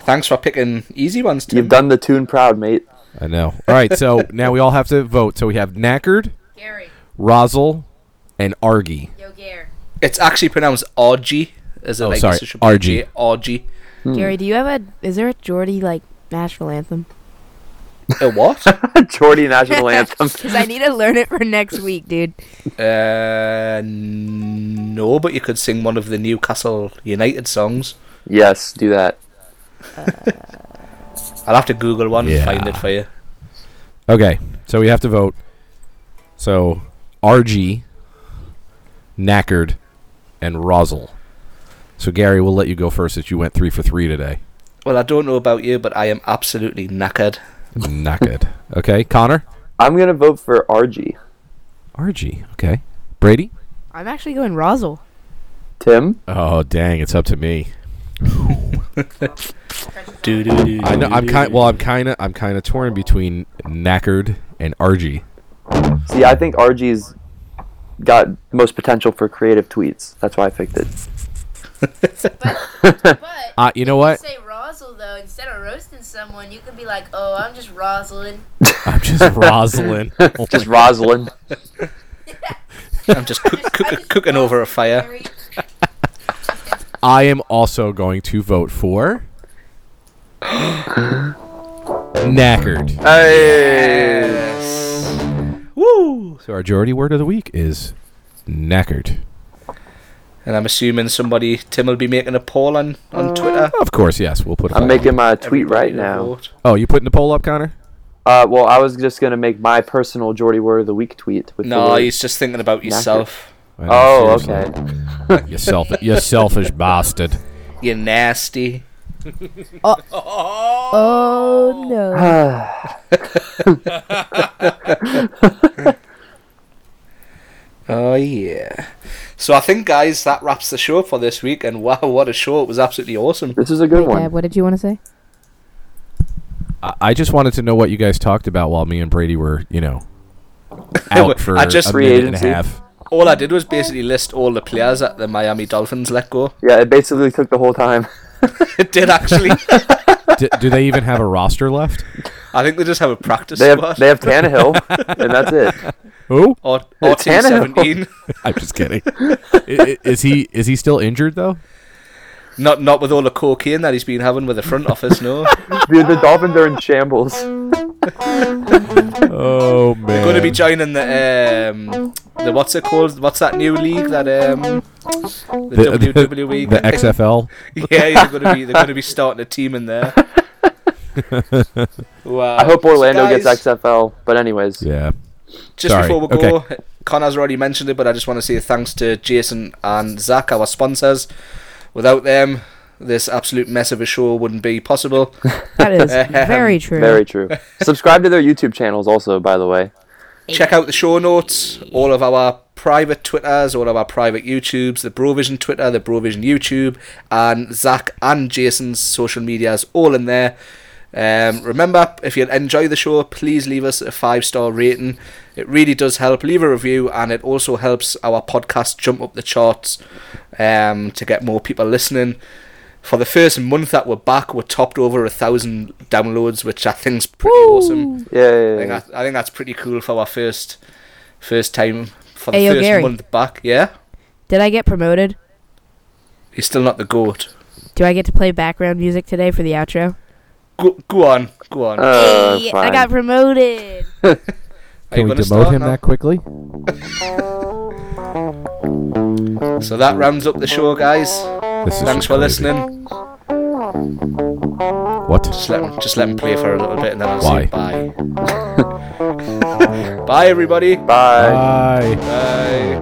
Speaker 1: Thanks for picking easy ones, Tim.
Speaker 2: You've done the tune proud, mate. <laughs>
Speaker 3: I know. All right,
Speaker 1: <laughs>
Speaker 3: so now we all have to vote. So we have Knackered,
Speaker 5: Gary.
Speaker 3: Rosal, and Argy.
Speaker 5: Yo, Gary.
Speaker 1: It's actually pronounced argy. Is it
Speaker 3: Oh,
Speaker 1: like
Speaker 3: sorry,
Speaker 1: it should be
Speaker 3: Argy.
Speaker 1: J- Argy.
Speaker 5: Gary, do you have a? Is there a Jordy like national anthem?
Speaker 1: A
Speaker 3: <laughs>
Speaker 1: what? Uh,
Speaker 2: Geordie
Speaker 5: <laughs>
Speaker 2: national anthem.
Speaker 5: Because I need to learn it for next week, dude.
Speaker 1: Uh, no, but you could sing one of the Newcastle United songs.
Speaker 2: Yes, do that.
Speaker 1: I'll have to Google one
Speaker 3: Yeah.
Speaker 1: and find it for you.
Speaker 3: Okay, so we have to vote. So RG, Knackered, and Rosal. So Gary, we'll let you go first since you went three for three <laughs> today.
Speaker 1: Well, I don't know about you, but I am absolutely knackered.
Speaker 3: Not good. Okay, Connor?
Speaker 2: I'm gonna vote for RG.
Speaker 3: RG, okay. Brady?
Speaker 5: I'm actually going Rosal.
Speaker 2: Tim,
Speaker 3: Oh dang, it's up to me.
Speaker 1: Do do do.
Speaker 3: I know I'm kind well I'm kinda I'm kinda torn between Knackered and RG.
Speaker 2: see, I think RG's got most potential for creative tweets. That's why I picked it.
Speaker 5: But
Speaker 3: Uh you know what?
Speaker 5: say Rosal though, instead of roasting someone, you could be like, "Oh, I'm just <laughs> Rosalind."
Speaker 3: <laughs> I'm just <laughs> Rosalyn.
Speaker 2: Just Rosalind.
Speaker 1: I'm just cook, cook, cooking over a fire.
Speaker 5: Gary.
Speaker 3: I am also going to vote <gasps> for knackered.
Speaker 2: Hey.
Speaker 1: Woo!
Speaker 3: So our Geordie word of the week is knackered.
Speaker 1: And I'm assuming somebody Tim will be making a poll on on Twitter.
Speaker 3: Of course, yes, we'll put. A poll
Speaker 2: I'm
Speaker 3: up.
Speaker 2: making my tweet
Speaker 1: Everybody
Speaker 2: right
Speaker 1: to
Speaker 2: now.
Speaker 1: vote.
Speaker 3: Oh, you putting the poll up, Connor?
Speaker 2: Uh, well, I was just gonna make my personal Geordie word of the week tweet. With the
Speaker 1: No,
Speaker 2: word-
Speaker 1: he's just thinking about yourself.
Speaker 3: I know,
Speaker 2: Oh,
Speaker 3: seriously.
Speaker 2: okay.
Speaker 3: You selfish, you selfish bastard.
Speaker 1: You nasty.
Speaker 4: Oh no.
Speaker 2: Ah.
Speaker 1: Oh, So I think, guys, that wraps the show for this week. And wow, what a show! It was absolutely awesome.
Speaker 2: This is a good
Speaker 4: Wait,
Speaker 2: one.
Speaker 4: Dad, what did you want to say?
Speaker 3: I, I just wanted to know what you guys talked about while me and Brady were,
Speaker 1: <laughs>
Speaker 3: you know, out for
Speaker 1: I just-
Speaker 3: a
Speaker 2: Free
Speaker 3: minute and a
Speaker 2: agency.
Speaker 3: half.
Speaker 1: All I did was basically list all the players that the Miami Dolphins let go. <laughs>
Speaker 2: Yeah, it basically took the whole time. <laughs>
Speaker 1: It did actually.
Speaker 3: D- do they even have a
Speaker 1: <laughs>
Speaker 3: roster left?
Speaker 1: I think they just have a practice
Speaker 2: They have
Speaker 1: squad.
Speaker 2: they have Tannehill, and that's it.
Speaker 3: Who?
Speaker 1: or or team
Speaker 2: Tannehill.
Speaker 1: seventeen.
Speaker 3: I'm just kidding. I- I- is he is he still injured though?
Speaker 1: <laughs> Not not with all the cocaine that he's been having with the front office. No,
Speaker 2: Dude, the Dolphins are in shambles.
Speaker 3: Oh man.
Speaker 1: going to be joining the um the what's it called? What's that new league that um the,
Speaker 3: the, the-
Speaker 1: WWE? <laughs>
Speaker 3: the XFL.
Speaker 1: yeah, they're going to be they're going to be starting a team in
Speaker 3: <laughs>
Speaker 1: there. wow.
Speaker 2: I hope
Speaker 1: So
Speaker 2: Orlando gets
Speaker 1: guys,
Speaker 2: XFL. But anyways,
Speaker 3: Yeah.
Speaker 1: Just
Speaker 3: Sorry,
Speaker 1: before we go, Connor's already mentioned it, but I just want to say thanks to Jason and Zach, our sponsors. Without them, this absolute mess of a show wouldn't be possible.
Speaker 5: That
Speaker 1: <laughs>
Speaker 5: is very true.
Speaker 2: very <laughs> true. Subscribe to their YouTube channels also, by the way.
Speaker 1: Check out the show notes, all of our private Twitters, all of our private YouTubes, the Brovision Twitter, the Brovision YouTube, and Zach and Jason's social medias all in there. Um, remember, if you enjoy the show, please leave us a five star rating. It really does help. Leave a review, and it also helps our podcast jump up the charts um, to get more people listening. For the first month that we're back, we're topped over a thousand downloads, which I think's pretty awesome. I
Speaker 2: Yeah.
Speaker 1: think, that, I think that's pretty cool for our first first time for the
Speaker 5: Hey, yo,
Speaker 1: first
Speaker 5: Gary.
Speaker 1: month back. Yeah,
Speaker 5: Did I get promoted?
Speaker 1: he's still not the goat.
Speaker 5: Do I get to play background music today for the outro?
Speaker 1: Go, go on, go on.
Speaker 2: Uh,
Speaker 5: Hey, I
Speaker 2: fine.
Speaker 5: got promoted.
Speaker 1: Are you
Speaker 8: Can we
Speaker 1: going to
Speaker 8: demote
Speaker 1: start
Speaker 8: him
Speaker 1: now?
Speaker 8: that quickly?
Speaker 1: So that rounds up the show, guys.
Speaker 3: This is
Speaker 1: Thanks
Speaker 3: just
Speaker 1: for
Speaker 3: crazy.
Speaker 1: listening.
Speaker 3: What?
Speaker 1: Just let him, just let him play for a little bit, and then I'll
Speaker 3: Why?
Speaker 1: say bye. <laughs> bye, everybody.
Speaker 2: Bye.
Speaker 3: Bye.
Speaker 1: Bye.